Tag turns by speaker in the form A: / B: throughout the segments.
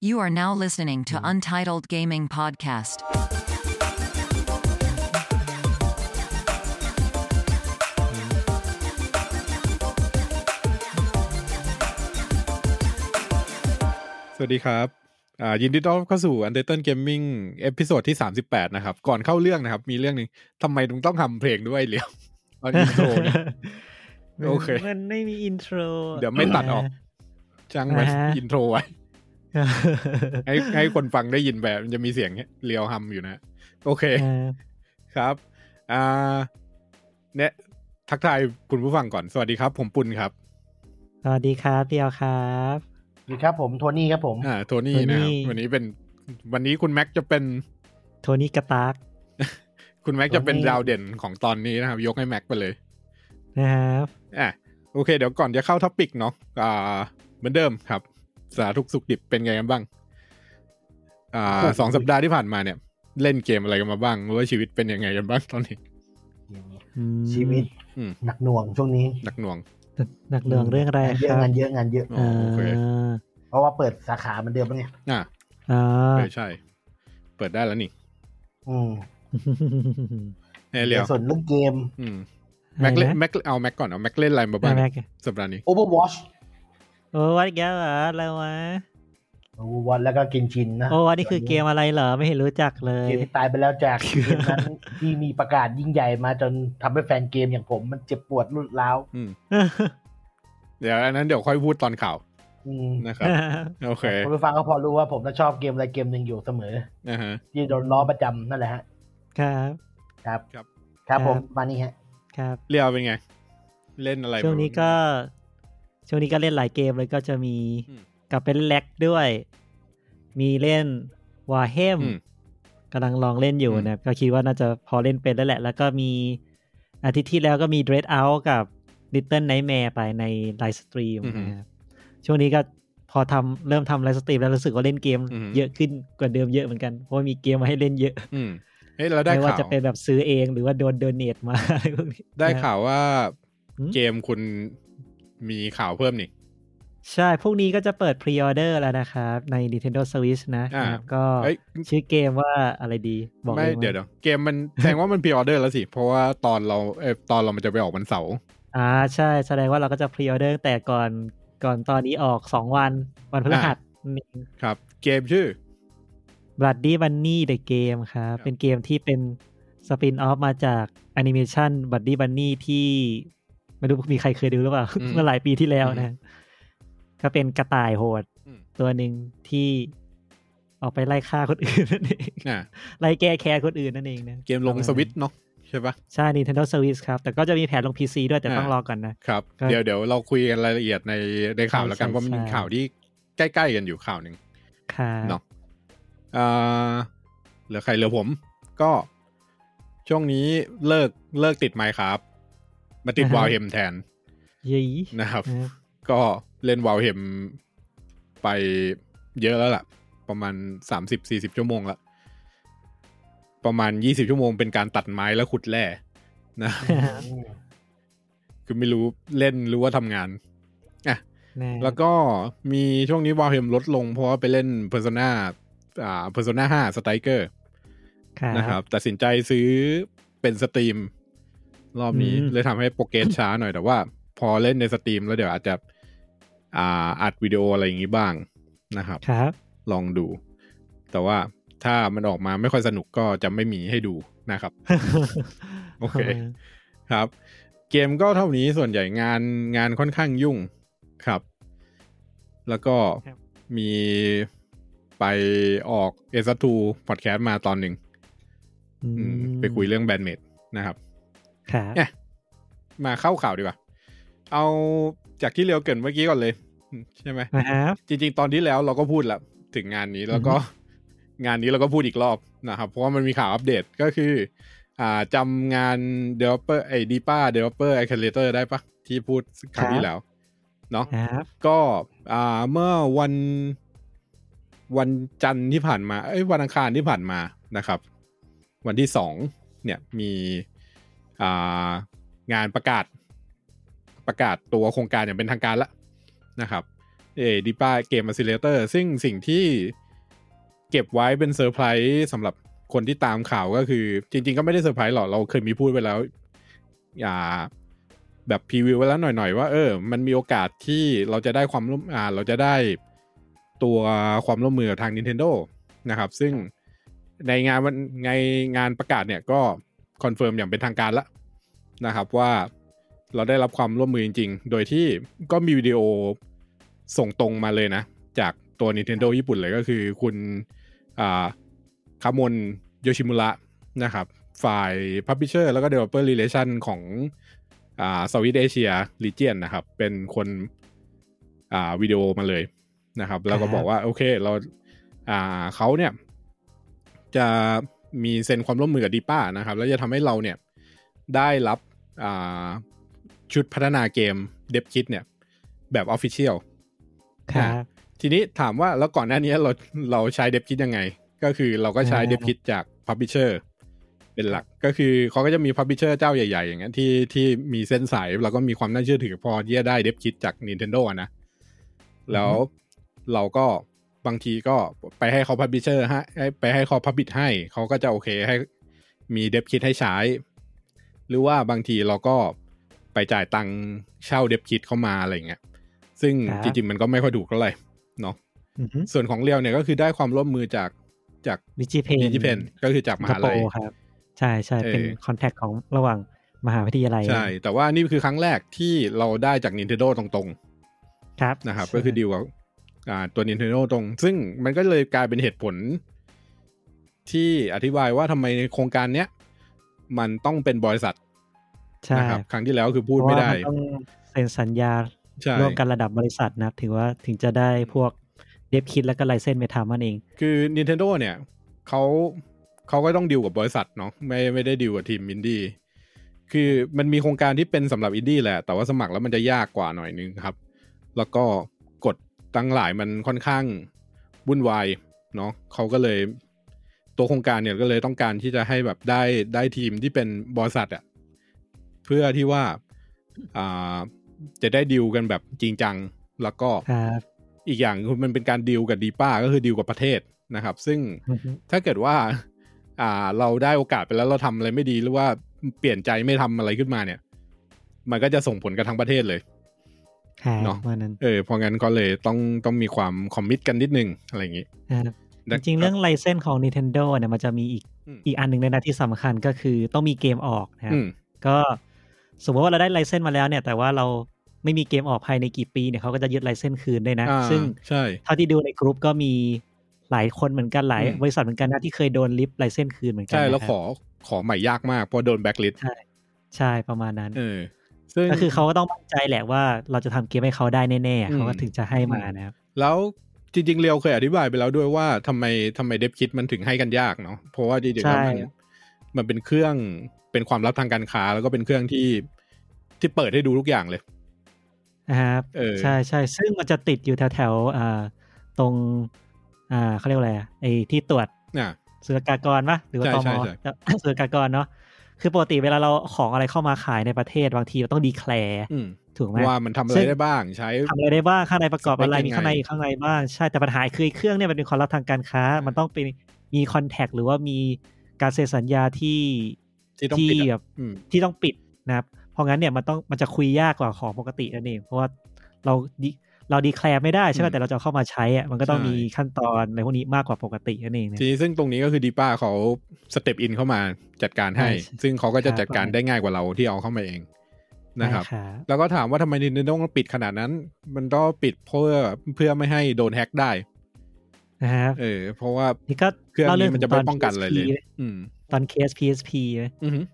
A: You are now listening to Untitled Gaming Podcast.
B: สวัสดีครับ อ่ายินดีต้อนรับเข้าสู่ Undertale Gaming เอพิโซดที่ 38 นะครับ ก่อนเข้าเรื่องนะครับ มีเรื่องหนึ่งทำไมถึงต้องทำเพลงด้วยเหลียว ตอนอินโทรเนี่ย โอเค
C: มันไม่มีอินโทร
B: เดี๋ยวไม่ตัดออก จ้างไว้
C: อ่าฮะ
B: อินโทรไว้ ให้ให้คนฟังได้ยินแบบมันจะมีเสียงเลียวฮัมอยู่นะ โอเค
C: เออ
B: ครับ อ่าเนี่ยทักทายคุณผู้ฟังก่อน สวัสดีครับ ผมปุณครับ
C: สวัสดีครับพี่เอาครับ
D: สวัสดีครับผมโทนี่ครับผม
B: อ่า โทนี่นะครับ
C: โทนี่
B: วันนี้เป็นวันนี้คุณแม็กจะเป็น
C: โทนี่กระตาก
B: คุณแม็กจะเป็นดาวเด่นของตอนนี้นะครับ ยกให้แม็กไปเลย
C: นะครับ
B: อ่ะโอเค เดี๋ยวก่อนจะเข้าท็อปิกเนาะอ่าเหมือนเดิมครับ สาทุกข์สุขดิบเป็นไงกันบ้าง อ่าสองสัปดาห์ที่ผ่านมาเนี่ย เล่นเกมอะไรกันมาบ้างหรือว่าชีวิตเป็นยังไงกันบ้างตอนนี้
C: อืม
D: ชีวิต
B: อืม
D: หนักหน่วงช่วงนี้
B: หนักหน่วง
C: หนักเรื่องเรื่องอะไร
D: งานเย
C: ครั
D: อะ
C: บ
D: งานเยอะงานเยอะ
B: อ๋อโอเค
C: อ่า
D: เพราะว่าเปิดสาขาเหมือนเดิมปะเนี่ย
B: อ่ะ
C: อ่า
B: เออใช่ เปิดได้แล้วนี่
D: อืม
B: แน่เรียว
D: แต่ส่วนเรื่องเกม
B: อืมแม็กเล่น
C: อะไรนะ
B: แม็กเอาแม็กก่อนเอาแม็กเล่นอะไรมาบ้าง
C: แม็ก
B: สัปดาห์นี้
D: Overwatch
C: โอ้วัดแกแล้วเหรออะไรวะ
D: Overwatch แล้วก็กินชินนะ
C: โอ้วันนี้คือเกมอะไรเหรอไม่เห็นรู้จักเลย
D: เกมที่ตายไปแล้วจากเกมนั้นที่มีประกาศยิ่งใหญ่มาจนทำให้แฟนเกมอย่างผมมันเจ็บปวดรุนร้าว
B: อืมเดี๋ยวอันนั้นเดี๋ยวค่อยพูดตอนข่าว
D: อืม
B: นะครับ โอเค
D: คนไปฟังก็พอรู้ว่าผมน่ะชอบเกมอะไรเกมหนึ่งอยู่เสมอ
B: อ่าฮะ
D: ที่โดนล้อประจำนั่นแหละฮะ
C: ครับ
D: ครับ
B: ครับ
D: ครับผม
C: ครับ
D: มานี่ฮะ
C: ครับ
B: เรียวเป็นไง เล่นอะไรมา
C: ช่วงนี้ก็ ช่วงนี้ก็เล่นหลายเกมเลยก็จะมี
B: อืม
C: กลับไปเล่นแล็กด้วย มีเล่นวาเฮม
B: อืม
C: กำลังลองเล่นอยู่
B: อืม
C: นะครับ ก็คิดว่าน่าจะพอเล่นเป็นแล้วแหละ แล้วก็มีอาทิตย์ที่แล้วก็มีเดรสเอาท์กับ Little Nightmare ไปในไลฟ์สตรีมนะครับช่วงนี้ก็พอทำเริ่มทำไลฟ์สตรีมแล้วรู้สึกว่าเล่นเกม
B: อืม
C: เยอะขึ้นกว่าเดิมเยอะเหมือนกันเพราะว่ามีเกมมาให้เล่นเยอะ
B: อืมเฮ้ยเราได้
C: ไม่ว่า
B: ข่าว
C: จะเป็นแบบซื้อเองหรือว่าโดนเดเนทมา อะไรพวกนี้
B: ได้ข่าวว่า
C: อืม
B: เกมคุณมีข่าวเพิ่มนี่
C: ใช่ พวกนี้ก็จะเปิดพรีออเดอร์แล้วนะครับ ใน Nintendo Switch นะ
B: อ่า
C: ครับก็
B: เอ้ย
C: ชื่อเกมว่าอะไรดี บอก
B: ไม่
C: ลา
B: เดี๋ยวเดี๋ยวเกมมัน แสดงว่ามันพรีออเดอร์แล้วสิ เพราะว่าตอนเราเออตอนเรามันจะไปออกวันเสาร์
C: อ่าใช่ แสดงว่าเราก็จะพรีออเดอร์แต่ก่อนก่อนตอนนี้ออก 2 วัน วันพฤหัส
B: ครับ เกมชื่อ
C: บลัดดี้บันนี่เดอะเกมครับ
B: ครับ
C: เป็นเกมที่เป็นสปินออฟมาจากแอนิเมชันบัดดี้บันนี่ที่ ไม่รู้มีใครเคยดูหรือเปล่า
B: อืม
C: เมื่อหลายปีที่แล้วนะ ก็เป็นกระต่ายโหด
B: อืม
C: ตัวหนึ่งที่ออกไปไล่ฆ่าคนอื่นนั่นเอง
B: อ่ะ
C: ไล่แก้แค้นคนอื่นนั่นเองนะ
B: เกมลง
C: ประาณ
B: สวิตช์เนาะใช่ปะ
C: ใช่ Nintendo Switch ครับ แต่ก็จะมีแผนลง PC ด้วยแต่
B: อ่า
C: ต้องรอก่อนนะ
B: ครับ
C: ครับ
B: เดี๋ยวเดี๋ยวเราคุยกันรายละเอียดในในข่าวแล้วกัน
C: ใช่
B: เพราะมันมี
C: ใช่
B: ข่าวที่ใกล้ๆกันอยู่ข่าวหนึ่ง
C: ค่ะ
B: เนาะอ่าเหลือใครเหลือผม ก็ช่วงนี้เลิกเลิกติดไมค์ครับ มาติดวาวเฮมแทน
C: ยี่
B: นะครับ
C: นะ
B: ก็เล่นวาวเห็มไปเยอะแล้วล่ะ ประมาณสามสิบสี่สิบชั่วโมงละประมาณยี่สิบชั่วโมงเป็นการตัดไม้แล้วขุดแร่นะ คือไม่รู้เล่นรู้ว่าทำงานอ่ะ
C: นะ
B: แล้วก็มีช่วงนี้วาวเห็มลดลงเพราะว่าไปเล่น Persona อ่า Persona 5 Striker
C: ครับ
B: นะครับตัดสินใจซื้อเป็นสตรีม รอบนี้
C: อืม
B: เลยทำให้โปรเกรสช้าหน่อยแต่ว่า พอเล่นในสตรีมแล้วเดี๋ยวอาจจะอ่าอัดวิดีโออะไรอย่างนี้บ้างนะครับ
C: ครับ
B: ลองดู แต่ว่าถ้ามันออกมาไม่ค่อยสนุกก็จะไม่มีให้ดูนะครับ โอเค ครับ เกมก็เท่านี้ส่วนใหญ่งานงานค่อนข้างยุ่งครับ แล้วก็
C: ครับ
B: มีไปออกเอสทูพอดแคสต์มาตอนหนึ่ง
C: อืม
B: อืมไปคุยเรื่องแบนเมดนะครับ
C: ครับ
B: เนี่ย มาเข้าข่าวดีกว่า เอาจากที่เรียวเกรินเมื่อกี้ก่อนเลย ใช่ไหม
C: นะครับ
B: จริง ๆ ตอนที่แล้วเราก็พูดแล้วถึงงานนี้แล้วก็ งานนี้เราก็พูดอีกรอบนะครับ เพราะว่ามันมีข่าวอัปเดตก็คือ อ่าจำงาน developer ไอ้ดีป้า developer accelerator ได้ปะที่พูดครั้งที่แล้ว เนาะ
C: ครับ
B: ก็อ่าเมื่อวันวันจันทร์ที่ผ่านมา เอ้ยวันอังคารที่ผ่านมานะครับ วันที่สองเนี่ยมีอ่างานประกาศประกาศตัวโครงการอย่างเป็นทางการละนะครับ เอดิป้าเกมมาซิเลเตอร์ซึ่งสิ่งที่เก็บไว้เป็นเซอร์ไพรส์สำหรับคนที่ตามข่าวก็คือ จริง ๆ ก็ไม่ได้เซอร์ไพรส์หรอก เราเคยมีพูดไปแล้ว อย่าแบบพรีวิวไว้แล้วหน่อยๆ ว่าเออ มันมีโอกาสที่เราจะได้ความร่วมอ่าเราจะได้ตัวความร่วมมือกับทาง Nintendo นะครับ ซึ่งในงานวันในงานประกาศเนี่ยก็คอนเฟิร์มอย่างเป็นทางการละนะครับว่าเราได้รับความร่วมมือจริง ๆ โดยที่ก็มีวิดีโอส่งตรงมาเลยนะ จากตัว Nintendo ญี่ปุ่นเลยก็คือคุณอ่าคามอนโยชิมุระนะครับ ฝ่าย Publisher แล้วก็ Developer Relation ของอ่าสวิตเอเชียรีเจียนนะครับ เป็นคนอ่าวิดีโอมาเลยนะครับ แล้วก็
C: ครับ
B: บอกว่า โอเคเราอ่าเขาเนี่ย จะมีเซ็นความร่วมมือกับดีป้านะครับ แล้วจะทำให้เราเนี่ย ได้รับอ่าชุดพัฒนาเกมเดบคิดเนี่ย แบบออฟฟิเชียล
C: ครับ
B: ทีนี้ถามว่าแล้วก่อนหน้านี้เราเราใช้เดบคิดยังไง ก็คือเราก็ใช้
C: อ่า
B: เดบคิดจากพับ l ิเชอร์เป็นหลักก็คือเขาก็จะมีพับ l ิเชอร์เจ้าใหญ่ ๆ อย่างเงี้ยที่ที่มีเส้นสายเราก็มีความน่าเชื่อถือพอที่จะได้เดบคิดจาก Nintendo อะนะ แล้วเราก็บางทีก็ไปให้เขาพับ l ิเชอร์ให้ไปให้เขาพับบิ h ให้ เขาก็จะโอเคให้มีเดบคิดให้ใช้ หรือว่าบางทีเราก็ไปจ่ายตังค์เช่าเดบคิดเข้ามาอะไรอย่างเงี้ยซึ่ง
C: ครับ
B: จริงๆมันก็ไม่ค่อยถูกเท่าไหร่ เนาะ
C: อือฮึ
B: ส่วนของเรียวเนี่ยก็คือได้ความร่วมมือจากจาก
C: DigiPen
B: ดิจิเพนก็คือจากมหาลัย
C: สิงคโปร์ครับ ใช่ใช่เป็น
B: เออ
C: คอนแทคของระหว่างมหาวิทยาลัย
B: ใช่ แต่ว่านี่คือครั้งแรกที่เราได้จาก Nintendo ตรง
C: ครับ
B: ๆ นะครับ
C: ใช่
B: ก็คือดีลกับอ่าตัว Nintendo ตรง ซึ่งมันก็เลยกลายเป็นเหตุผล ที่อธิบายว่าทำไมในโครงการเนี้ย มันต้องเป็นบริษัท
C: ใช่
B: นะครับ ครั้งที่แล้วคือพูดไม่ได้
C: เพราะว่ามันต้องเซ็นสัญญา
B: ใช่
C: ร่วมกันระดับบริษัทนะครับ ถึงว่าถึงจะได้พวกเดฟคิดแล้วก็ไลเซนไปทำมันเอง
B: คือ Nintendo เนี่ยเขาเขาก็ต้องดีลกับบริษัทเนาะไม่ไม่ได้ดีลกับทีมอินดี้คือมันมีโครงการที่เป็นสำหรับอินดี้แหละ แต่ว่าสมัครแล้วมันจะยากกว่าหน่อยนึงครับ แล้วก็กฎตั้งหลายมันค่อนข้างวุ่นวายเนาะเขาก็เลยตัวโครงการเนี่ยก็เลยต้องการที่จะให้แบบได้ได้ทีมที่เป็นบริษัทอะเพื่อที่ว่าอ่าจะได้ดีลกันแบบจริงจังแล้วก็
C: ครับ
B: อีกอย่างคือมันเป็นการดีลกับดีป้าก็คือดีลกับประเทศนะครับ ซึ่ง
C: อือฮึ
B: ถ้าเกิดว่า อ่าเราได้โอกาสไปแล้วเราทำอะไรไม่ดีหรือว่าเปลี่ยนใจไม่ทำอะไรขึ้นมาเนี่ย มันก็จะส่งผลกับทั้งประเทศเลย
C: ครับ
B: เนาะ
C: วันนั้น
B: เออเพราะงั้นก็เลยต้องต้องมีความคอมมิตกันนิดนึงอะไรอย่างนี้
C: นะครับจ
B: นะ
C: ริงๆ เรื่องไลเซนของ Nintendo เนี่ยมันจะมีอีก
B: อืม
C: อีกอันหนึ่งในนะที่สำคัญก็คือต้องมีเกมออกนะครับ
B: อืม
C: ก็สมมติว่าเราได้ไลเซนส์มาแล้วเนี่ย แต่ว่าเราไม่มีเกมออกภายในกี่ปีเนี่ยเขาก็จะยึดไลเซนส์คืนได้วยนะ
B: อ่า
C: ซึ่ง
B: ใช่
C: เท่าที่ดูในกรุ๊ปก็มีหลายคนเหมือนกันหลาย
B: อืม
C: บริษัทเหมือนกันนะที่เคยโดนลิฟต์ไลเซนส์คืนเหมือนกั
B: ใช่แล้ว
C: ะ
B: ข
C: ครับ
B: อขอใหม่ยากมากเพราะโดนแบคลิส
C: ใช่ประมาณนั้น
B: เออ ซึ่ง
C: ก็คือเขาก็ต้องมั่นใจแหละว่าเราจะทำเกมให้เขาได้แน่ๆ
B: อืม
C: เขาก็ถึงจะให้มานะครับ
B: แล้วจริงๆ เรียวเคยอธิบายไปแล้วด้วยว่าทำไมทำไมเดฟคิดมันถึงให้กันยากเนาะเพราะว่าจริงๆแล้วมัน
C: ใช่
B: มันเป็นเครื่องเป็นความลับทางการค้า แล้วก็เป็นเครื่องที่ที่เปิดให้ดูทุกอย่างเลย
C: นะครับ
B: เออ
C: ใช่ใช่ซึ่งมันจะติดอยู่แถวๆอ่าตรงอ่าเขาเรียกว่าอะไรอะไอ้ที่ตรวจ
B: น่ะ
C: ศุลกากรปะหรือว่า
B: ใช่
C: ต
B: ใช่
C: ม
B: ใช่
C: ศุลกากรเนาะคือปกติเวลาเราของอะไรเข้ามาขายในประเทศบางทีเราต้องดีแคลร์
B: อืม
C: ถูกไหม
B: ว่ามันทำอะไร
C: ซึ่ง
B: ได้บ้างใช้
C: ทำอะไรได้บ้างข้างในประกอบอะไร
B: สเปคยังไง
C: มีข้างในข้างในบ้างใช่แต่ปัญหาคือเครื่องเนี่ยมันเป็นความลับทางการค้า
B: อ่ามั
C: มันต้องเป็นมีคอนแทคหรือว่ามีการเซ็นสัญญาที่
B: ที่ต้องปิดอะ
C: แบบ
B: อืม
C: ที่ต้องปิดนะครับเพราะงั้นเนี่ยมันต้องมันจะคุยยากกว่าของปกตินั่นเองเพราะว่าเราดิเราดีแคลร์ไม่ได้ใช่ไหม
B: อืม
C: แต่เราจะเอาเข้ามาใช้อะมันก็ต้อง
B: ใช่
C: มีขั้นตอนในพวกนี้มากกว่าปกตินั่นเองนะ
B: ทีนี้ซึ่งตรงนี้ก็คือดีป้าเขาสเต็ปอินเข้ามาจัดการให้
C: ใช่ใช่
B: ซึ่งเขาก็จะ
C: ครับ
B: จัดการได้ง่ายกว่าเราที่เอาเข้ามาเองนะครับ
C: ใช่
B: แล้วก็ถามว่าทำไม Nintendo ต้องปิดขนาดนั้น มันต้องปิดเพื่อเพื่อไม่ให้โดนแฮ็กได้
C: นะครับ
B: เออ เพราะว่า
C: นี่ก็
B: เครื่อง
C: เล่าเรื่
B: นี้
C: อง
B: มันจะ
C: ถึ
B: ไม่
C: ต
B: ป้องกันอะไรเลย
C: PSP นะ
B: อืม
C: ตอนเคส PSP นะ
B: อือหือ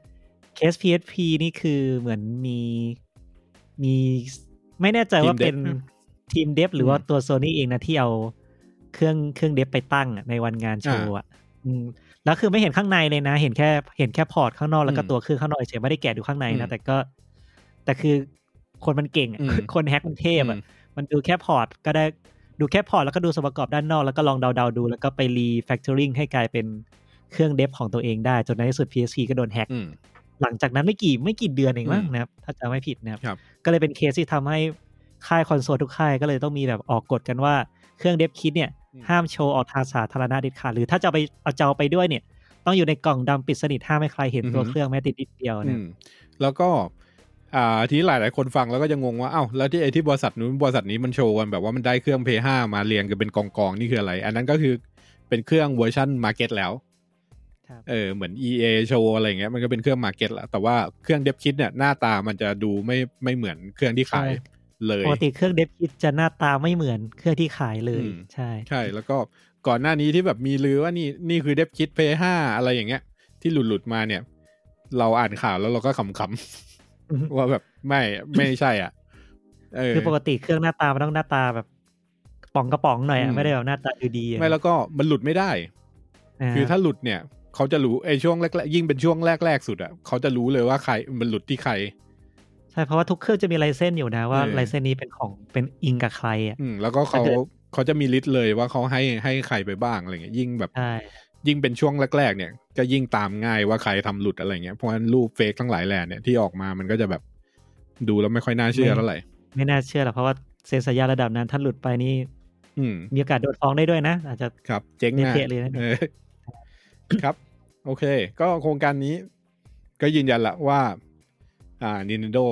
C: เคส PSP นี่คือเหมือนมีมีไม่แน่ใจว่า
B: ทีมเดฟ
C: เป็นทีมเดฟหรือว่าตัวโซนี่เองนะที่เอาเครื่องเครื่องเดฟไปตั้งอะในวันงานโชว์อ่ะอืมแล้วคือไม่เห็นข้างในเลยนะ เห็นแค่เห็นแค่พอร์ตข้างนอกแล้วก็
B: อืม
C: ตัวเครื่องข้างนอกเฉยๆไม่ได้แกะดูข้างใน
B: อื
C: นะ
B: ม
C: แต่ก็ แต่คือคนมันเก่งอะ
B: อืม
C: คนแฮกมันเทพอ่ะ มันดูแค่พอร์ตก็ได้ดูแค่พอร์ตแล้วก็ดูส่วนประกอบด้านนอก แล้วก็ลองเดาๆดู แล้วก็ไปรีแฟก t อริงให้กลายเป็นเครื่องเดฟของตัวเองได้ จนในที่สุด PSP ก็โดนแฮ็ก
B: อืม
C: หลังจากนั้นไม่กี่ไม่กี่เดือนเองมั้ง
B: อืม
C: นะครับ ถ้าจำไม่ผิดนะครับ
B: ครับ
C: ก็เลยเป็นเคสที่ทำให้ ค่ายคอนโซลทุกค่ายก็เลยต้องมีแบบออกกฎกันว่าเครื่องเดฟคิดเนี่ย
B: อืม
C: ห้ามโชว์ออกทางสาธารณะเด็ดขาดหรือถ้าจะเอาไปเอาจะเอาไปด้วยเนี่ย ต้องอยู่ในกล่องดำปิดสนิทห้ามให้ใครเห็นตัวเครื่องแม้แติดนิดเดียว
B: อื
C: เนี่ย
B: มแล้วก็ อ่าที่หลายหลายๆคนฟังแล้วก็จะงงว่า เอ้า แล้วที่ไอที่บริษัทนู้นบริษัทนี้มันโชว์กันแบบว่ามันได้เครื่อง Play 5มาเรียงกันเป็นกองกองๆนี่คืออะไร อันนั้นก็คือเป็นเครื่องเวอร์ชันมาร์เก็ตแล้ว
C: ครับ
B: เออเหมือน EA โชว์อะไรอย่างเงี้ยมันก็เป็นเครื่องมาร์เก็ตแล้ว แต่ว่าเครื่องเดฟคิดเนี่ยหน้าตามันจะดูไม่ไม่เหมือนเครื่องที่ขายเลย
C: ปกติเครื่องเดฟคิดจะหน้าตาไม่เหมือนเครื่องที่ขายเลยใช่
B: ใช่แล้วก็ก่อนหน้านี้ที่แบบมีลือว่านี่นี่คือเดฟคิดเพย์ห้าอะไรอย่างเงี้ย ที่หลุดหลุดๆมาเนี่ย เราอ่านข่าวแล้วเราก็ขำ
C: อือฮึ
B: ๆ ว่าแบบไม่ไม่ใช่อ่ะเออ
C: คือปกติเครื่องหน้าตามันต้องหน้าตาแบบป๋องกระป๋องหน่อย
B: อื
C: อะ
B: ม
C: ไม่ได้แบบหน้าตาดูดีอะ
B: ไม่แล้วก็มันหลุดไม่ได้
C: า
B: คือถ้าหลุดเนี่ยเขาจะรู้ไอ้ช่วงแรกๆยิ่งเป็นช่วงแรกๆสุดอ่ะเขาจะรู้เลยว่าใครมันหลุดที่ใคร
C: ใช่เพราะว่าทุกเครื่องจะมีลายเส้นอยู่นะว่า
B: เออ
C: ลายเส้นนี้เป็นของเป็นอิงกับใครอ่ะ
B: อืมแล้วก็เขา
C: ถ้าเกิด
B: เขาจะมีลิสต์เลยว่าเขาให้ให้ใครไปบ้างอะไรเงี้ยยิ่งแบบ
C: ใช่
B: ยิ่งเป็นช่วงแรกๆเนี่ยก็ยิ่งตามง่ายว่าใครทำหลุดอะไรเงี้ยเพราะฉะนั้นรูปเฟกทั้งหลายแหล่เนี่ยที่ออกมามันก็จะแบบดูแล้วไม่ค่อยน่าเชื่อเท่าไหร่
C: ไม่น่าเชื่อหรอกเพราะว่าเซ็นสัญญาระดับนั้น ถ้าหลุดไปนี่
B: อืม
C: มีโอกาสโดนฟ้องได้ด้วยนะ อาจจะ
B: ครับ เจ๊งมาก
C: เละๆเลยนะ
B: ออครับ โอเค ก็โครงการนี้ ก็ยืนยันละว่า อ่า Nintendo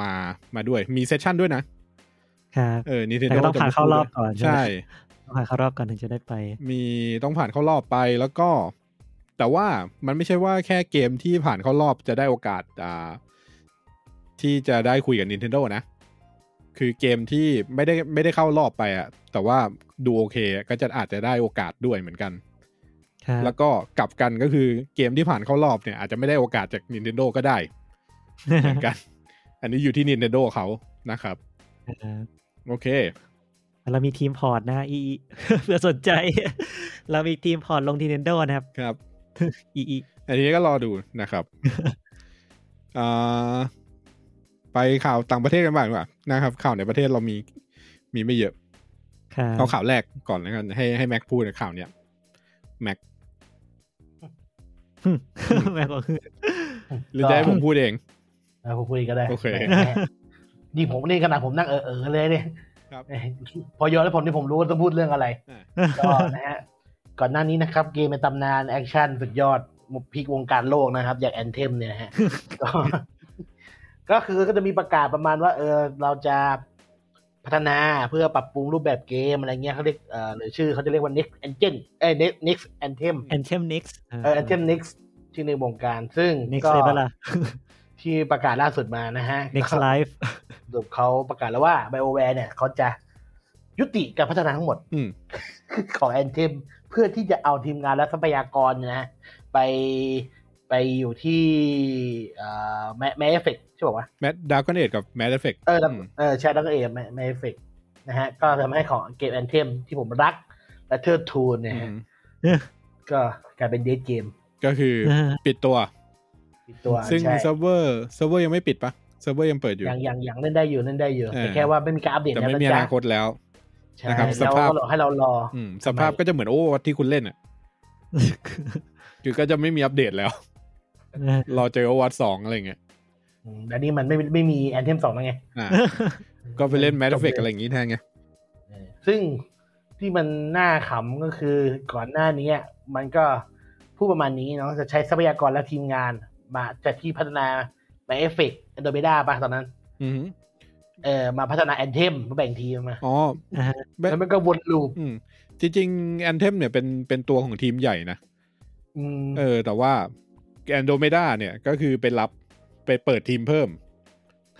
B: มามาด้วยมีเซสชั่นด้วยนะครับ เออ Nintendo
C: แต่ก็ต้องผ่านเข้ารอบก่อนใช่
B: ใช่
C: ไหม ต้องผ่านเข้ารอบก่อนถึงจะได้ไป
B: มีต้องผ่านเข้ารอบไปแล้วก็ แต่ว่ามันไม่ใช่ว่าแค่เกมที่ผ่านเข้ารอบจะได้โอกาสอ่าที่จะได้คุยกับ Nintendo นะ คือเกมที่ไม่ได้ไม่ได้เข้ารอบไปอะแต่ว่าดูโอเคก็จะอาจจะได้โอกาสด้วยเหมือนกัน
C: ครับ
B: แล้วก็กลับกันก็คือเกมที่ผ่านเข้ารอบเนี่ยอาจจะไม่ได้โอกาสจาก Nintendo ก็ได้ เหมื อนกัน อันนี้อยู่ที่ Nintendo เขานะครับ
C: ครับ
B: โอเค
C: เรามีทีมพอร์ตนะอี เพื่อสนใจ เรามีทีมพอร์ตลงทีเนนโดนะครับ
B: ครับ
C: อีอี
B: อันนี้ก็รอดูนะครับ อ่าไปข่าวต่างประเทศกันบ้างดีกว่านะครับ ข่าวในประเทศเรามีมีไม่เยอะ
C: ครับ
B: เอาข่าวแรกก่อนแล้วกันให้ให้แม็กพูดนะข่าวเนี้ยแม็ก
C: หึ แม่บอกคือ
B: หรือจะให้ผมพูดเอง
D: เออผมคุยก็ได้
B: โอเค
D: แหมนี่ผมนี่ขนาดผมนั่งเออเออเลยเนี่ย
B: ครับ
D: เอ้ยพอย้อนแล้วผมนี่ผมรู้ว่าต้องพูดเรื่องอะไร ก็นะฮะ ก่อนหน้านี้นะครับ เกมในตำนานแอคชั่นสุดยอดมุกพลิกวงการโลกนะครับ อย่างแอนเทมเนี่ยนะ ฮะ ก็ก็คือก็จะมีประกาศประมาณว่า เออ เราจะพัฒนาเพื่อปรับปรุงรูปแบบเกมอะไรเงี้ยเขาเรียกเอ่อหรือชื่อเขาจะเรียกว่า next engine เอ้ย next next anthem
C: แอนเทมนิกส์
D: เออ anthem next ชื่อในวงการ ซึ่ง
C: นิก
D: ก็
C: ส์เลยปะล่ะ
D: ที่ประกาศล่าสุดมานะฮะ
C: next life
D: สรุปเขาประกาศแล้วว่า BioWare เนี่ยเขาจะยุติการพัฒนาทั้งหมด
B: อืม
D: ของแอนเทมเพื่อที่จะเอาทีมงานและทรัพยากรเนยนะไปไปอยู่ที่แมแมเอฟเฟกใช่ป่าวะ
B: แมดดาวก n นเอทกับแมดเอฟเฟก
D: เออแล้วเออใช่ดังเอแมแมเอฟเฟกนะฮะ ก็ทำให้ของเกมแอนเทมที่ผมรัก และเทิดทูนเนี่ยฮะก็กลายเป็นเดทเกม
B: ก็คือ ปิดตัว
D: อีกตัว
B: ซึ่ง
D: ใช่
B: เซิร์ฟเวอร์เซิร์ฟเวอร์ยังไม่ปิดปะเซิร์ฟเวอร์ยังเปิดอยู่
D: ยังยังยังเล่นได้อยู่เล่นได้อยู่
B: เออ
D: แต่แค่ว่าไม่มีการอัปเดต
B: แต่
D: แล้ว
B: ไม่
D: นะ
B: มีอ
D: จ๊ะ
B: นาคตแล้ว
D: ใช่
B: นะครับส
D: แล้ว
B: ภาพ
D: ก็รอให้เรารออ
B: อืมสภาพก็จะเหมือนโอ้ที่คุณเล่นอ่ะคือก็จะไม่มีอัปเดตแล้ว รอเจอวัตสองอะไรอย่างเงี้ย
D: อืมแล้วนี่มันไม่ไม่มีแอนเทมสองแล้วไง
B: อ่า ก็ไปเล่นแมดเอฟเฟกอะไรอย่างงี้แทนไง
D: เออซึ่งที่มันน่าขำก็คือก่อนหน้านี้มันก็พูดประมาณนี้เนาะจะใช้ทรัพยากรและทีมงาน มาจากที่พัฒนามาเอฟเฟกต์โดเบด้าปะตอนนั้น
B: อืม
D: เออมาพัฒนาแอนเทมมาแบ่งทีมมา
B: อ๋อ ไม่
D: แล้วมันก็วนลูป
B: อืมจริงๆแอนเทมเนี่ยเป็นเป็นตัวของทีมใหญ่นะ
D: อืม
B: เออ แต่ว่าแอนโดเมดาเนี่ยก็คือไปรับไปเปิดทีมเพิ่ม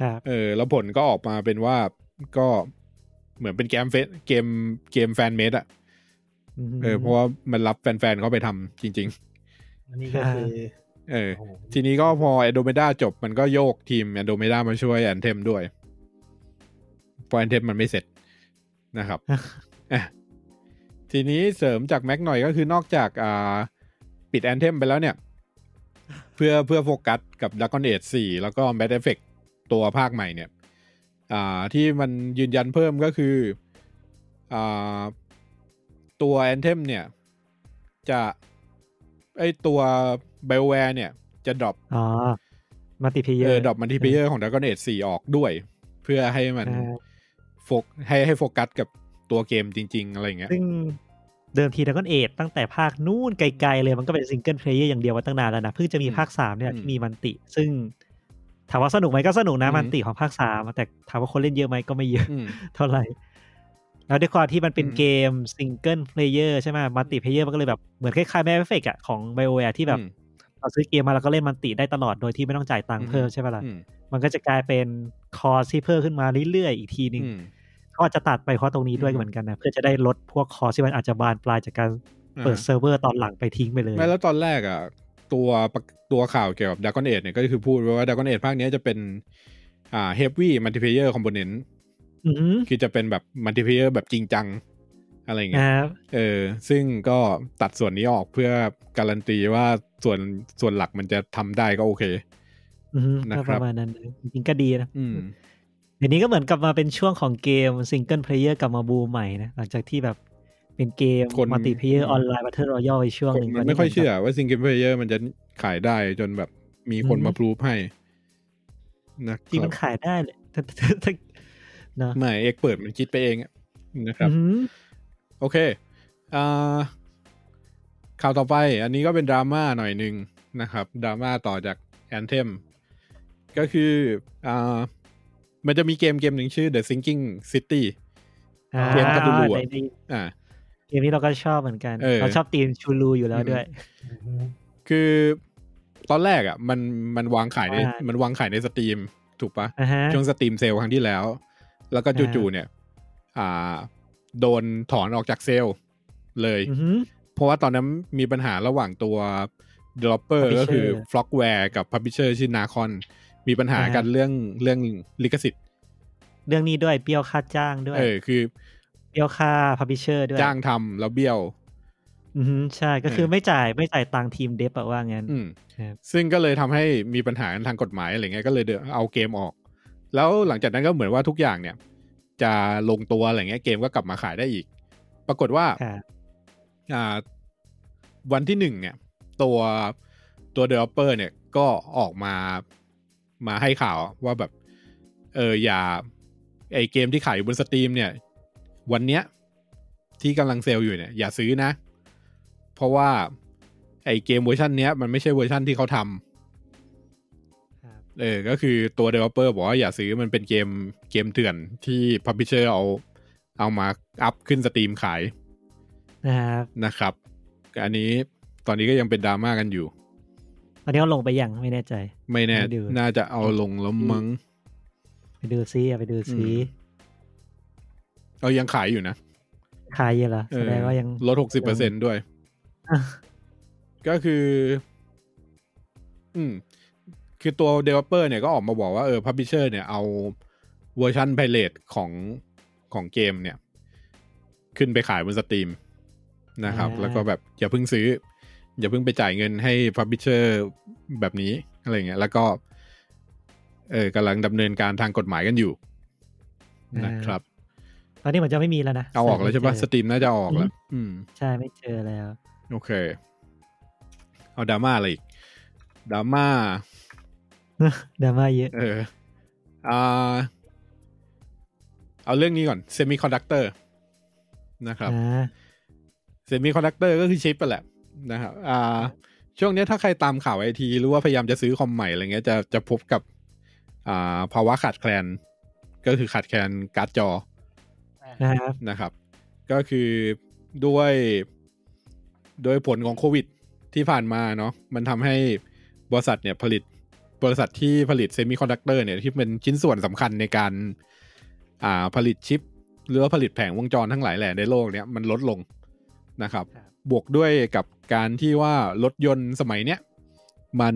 C: ครับ
B: เออ แล้วผลก็ออกมาเป็นว่าก็เหมือนเป็นเกมเฟสเกมเกมแฟนเมดอะ
C: ม
B: เออเพราะว่ามันรับแฟนๆเขาไปทำจริง
D: อันนี้ก็คือ
B: ๆ เออ
D: โอ้โห
B: ทีนี้ก็พอแอนโดเมดาจบมันก็โยกทีมแอนโดเมดามาช่วยแอนเทมด้วยเพอแอนเทมมันไม่เสร็จนะครับ อ่ะทีนี้เสริมจากแม็กหน่อยก็คือนอกจากอ่าปิดแอนเทมไปแล้วเนี่ย เพื่อเพื่อโฟกัสกับ d r a g o n Age 4 แล้วก็ Bad Effect ตัวภาคใหม่เนี่ย อ่าที่มันยืนยันเพิ่มก็คืออ่าตัวแอนเทมเนี่ย จะไอตัว BioWare เนี่ย จะดรอป
C: อ๋อมัลติเพเย
B: เอ
C: อ
B: อ
C: ร์
B: ดรอปมันทีเพเยอร์ของ Dragon Age 4 ออกด้วย เพื่อให้มัน
C: อ่า
B: โฟกให้ให้โฟกัสกับตัวเกมจริง ๆ อะไรอย่างเงี้ย
C: ซึ่งเดิมทีดักอนเอทตั้งแต่ภาคนู่นไกลๆเลยมันก็เป็นซิงเกิลเพลเยอร์อย่างเดียวมาตั้งนานแล้วนะ เพิ่งจะมีภาคสามเนี่ย
B: อืม
C: ที่มีมันติ ซึ่งถามว่าสนุกไหมก็สนุกนะ
B: อืม
C: มันติของภาคสามแต่ถามว่าคนเล่นเยอะไหมก็ไม่เยอะ
B: อืม
C: เท่าไหร่ แล้วด้วยความที่มันเป็น
B: อืม
C: เกมซิงเกิลเพลเยอร์ใช่ไหมมัลติเพลเยอร์มันก็เลยแบบ เหมือนคล้ายๆแม่เอฟเฟกอะของไบโอแวร์ที่แบบ
B: อืม
C: เราซื้อเกมมาแล้วก็เล่นมันติได้ตลอดโดยที่ไม่ต้องจ่ายตังค์เพิ่ม
B: อื
C: ใช่ปะล่ะ
B: อืม
C: มันก็จะกลายเป็นคอร์สที่เพิ่มขึ้นมาเรื่อยๆอีกทีหนึ่ง
B: อืม
C: เขาอาจจะตัดไปเพราะตรงนี้ด้วย
B: อืม
C: เหมือนกันนะเพื่อจะได้ลดพวกคอร์สที่มันอาจจะบานปลายจากการเปิดเซิร์ฟเวอร์ตอนหลังไปทิ้งไปเลย
B: ไม่แล้วตอนแรกอ่ะ ตัวประตัวข่าวเกี่ยวกับดักอนเอทเนี่ยก็คือพูดไว้ว่าดักอนเอทภาคเนี้ยจะเป็น อ่าเฮฟวี่มัลติเพเยอร์คอมโพเนนต์
C: อืม
B: คือจะเป็นแบบมัลติเพเยอร์แบบจริงจัง อะไรอย่างเงี้ย
C: นะครับ
B: เออซึ่งก็ตัดส่วนนี้ออกเพื่อการันตีว่าส่วนส่วนหลักมันจะทำได้ก็โอเค
C: อืม
B: นะครับ
C: ก็ประมาณนั้นจริงๆก็ดีนะ
B: อืม
C: เดี๋ยวนี้ก็เหมือนกลับมาเป็นช่วงของเกมซิงเกิลเพลเยอร์กลับมาบูมใหม่นะ หลังจากที่แบบเป็นเกม
B: คน
C: มัลติเพลเยอ
B: อื
C: ร์
B: ม
C: ออนไลน์บัตเทิลรอยัลไปช่วง
B: ค
C: ห
B: น
C: นึ่ง
B: มันไม่ค่อยเชื่อว่าซิงเกิลเพลเยอร์มันจะขายได้จนแบบมีคนมาพรูฟให้นะ
C: จริง
B: ค
C: มั
B: รับ
C: นขายได้เลย แต่แต่แต่แต่เนอะ
B: ไม่เอกเปิดมันคิดไปเองอะนะครับ
C: อืม
B: โอเคอ่าข่าวต่อไปอันนี้ก็เป็นดราม่าหน่อยหนึ่งนะครับดราม่าต่อจากแอนเทมก็คืออ่ามันจะมีเกมเกมหนึ่งชื่อ The Sinking City
C: อ่า
B: เกมกระดูกอะ
C: ในใน
B: อ่า
C: เกมนี้เราก็ชอบเหมือนกัน
B: เออ
C: เราชอบตีมชูรูอยู่แล้ว
B: อืม
C: ด้วย
B: คือตอนแรกอ่ะ มันมันวางขายใน
C: อ่ามั
B: มันวางขายในสตรีมถูกปะ
C: อ่าฮะ
B: ช่วงสตรีมเซลล์ครั้งที่แล้ว แล้วก็
C: อ่า
B: จู่ๆเนี่ย อ่า โดนถอนออกจากเซลล์เลย
C: อือหือ
B: เพราะว่าตอนนั้นมีปัญหาระหว่างตัว developer
C: Publisher
B: ก็คือ f l o c k w a r e กับ publisher ชื่อ Nacon มีปัญหา
C: อ่ากั
B: กันเรื่องเรื่องลิขสิทธิ์
C: เรื่องนี้ด้วยเปรี้ยวค่าจ้างด้วย
B: เออคือ
C: เปรี้ยวค่าพับบิเชอร์ด้วย
B: จ้างทำแล้วเบี้ยว
C: อือหือใช่ก็คือไม่จ่ายไม่จ่ายตังค์ทีมเดฟอะว่างั้น
B: อืม
C: ครับ
B: ซึ่งก็เลยทำให้มีปัญหาทางกฎหมายอะไรเงี้ยก็เลยเดี๋ยวเอาเกมออก แล้วหลังจากนั้นก็เหมือนว่าทุกอย่างเนี่ย จะลงตัวอะไรเงี้ยเกมก็กลับมาขายได้อีก ปรากฏว่า
C: ค่ะ
B: อ่าวันที่หนึ่งเนี่ย ตัวตัว developer เนี่ยก็ออกมามาให้ข่าวว่าแบบ เอออย่าไอเกมที่ขายอยู่บนสตรีมเนี่ย วันเนี้ยที่กำลังเซลล์อยู่เนี่ย อย่าซื้อนะ เพราะว่าไอเกมเวอร์ชันเนี้ยมันไม่ใช่เวอร์ชันที่เขาท
C: ครับ
B: ำเออ ก็คือตัว developer บอกว่าอย่าซื้อมันเป็นเกมเกมเถื่อนที่ publisher เอาเอามาอัพขึ้นสตรีมขาย
C: นะครับ
B: นะครับ อันนี้ตอนนี้ก็ยังเป็นดราม่ากันอยู่
C: ตอนนี้เอาลงไปยังไม่แน่ใจ
B: ไม่แน่
C: ไม่ดู
B: น่าจะเอาลงแล้วมั้ง
C: ไปดูซิเอาไปดูซิ
B: อืม เอายังขายอยู่นะ
C: ขายเยอะเหรอ
B: เอ
C: แส
B: อ
C: ดงว่ายัง
B: ลดหกสิบเปอร์เซ็นด้วย ก็คือ อืม คือตัว developer เนี่ยก็ออกมาบอกว่าเออ publisher เนี่ยเอาเวอร์ชัน pirate ของของเกมเนี่ย ขึ้นไปขายบนสตรีมนะครับ
C: อ่า
B: แล้วก็แบบอย่าเพิ่งซื้อ อย่าเพิ่งไปจ่ายเงินให้ publisher แบบนี้อะไรเงี้ย แล้วก็ เออกำลังดำเนินการทางกฎหมายกันอยู่ นะครับ
C: ตอนนี้เหมือนจะไม่มีแล้วนะ
B: เอาออกแล้วใช่ปะส
C: เสิร์ช
B: ตรีมน่าจะเอาออกแล้ว อืม
C: ใช่ไม่เจอแล้ว
B: โอเค เอาดราม่าอะไรอีกดราม่า
C: ดราม่าเยอะ
B: เอออ่าเอาเรื่องนี้ก่อนเซมิคอนดักเตอร์นะครับ
C: อ่า
B: เซมิคอนดักเตอร์ก็คือชิปไปแหละนะครับอ่าช่วงเนี้ยถ้าใครตามข่าวไอทีหรือว่าพยายามจะซื้อคอมใหม่อะไรเงี้ยจะจะพบกับ อ่าภาวะขาดแคลน ก็คือขาดแคลนการ์ดจอ
C: นะครับ
B: นะครับ ก็คือด้วยด้วยผลของโควิดที่ผ่านมาเนาะมันทำให้บริษัทเนี่ยผลิตบริษัทที่ผลิตเซมิคอนดักเตอร์เนี่ยที่เป็นชิ้นส่วนสำคัญในการอ่าผลิตชิป หรือว่าผลิตแผงวงจรทั้งหลายแหล่ในโลกเนี่ยมันลดลงนะครับ
C: ครับ
B: บวกด้วยกับการที่ว่ารถยนต์สมัยเนี้ยมัน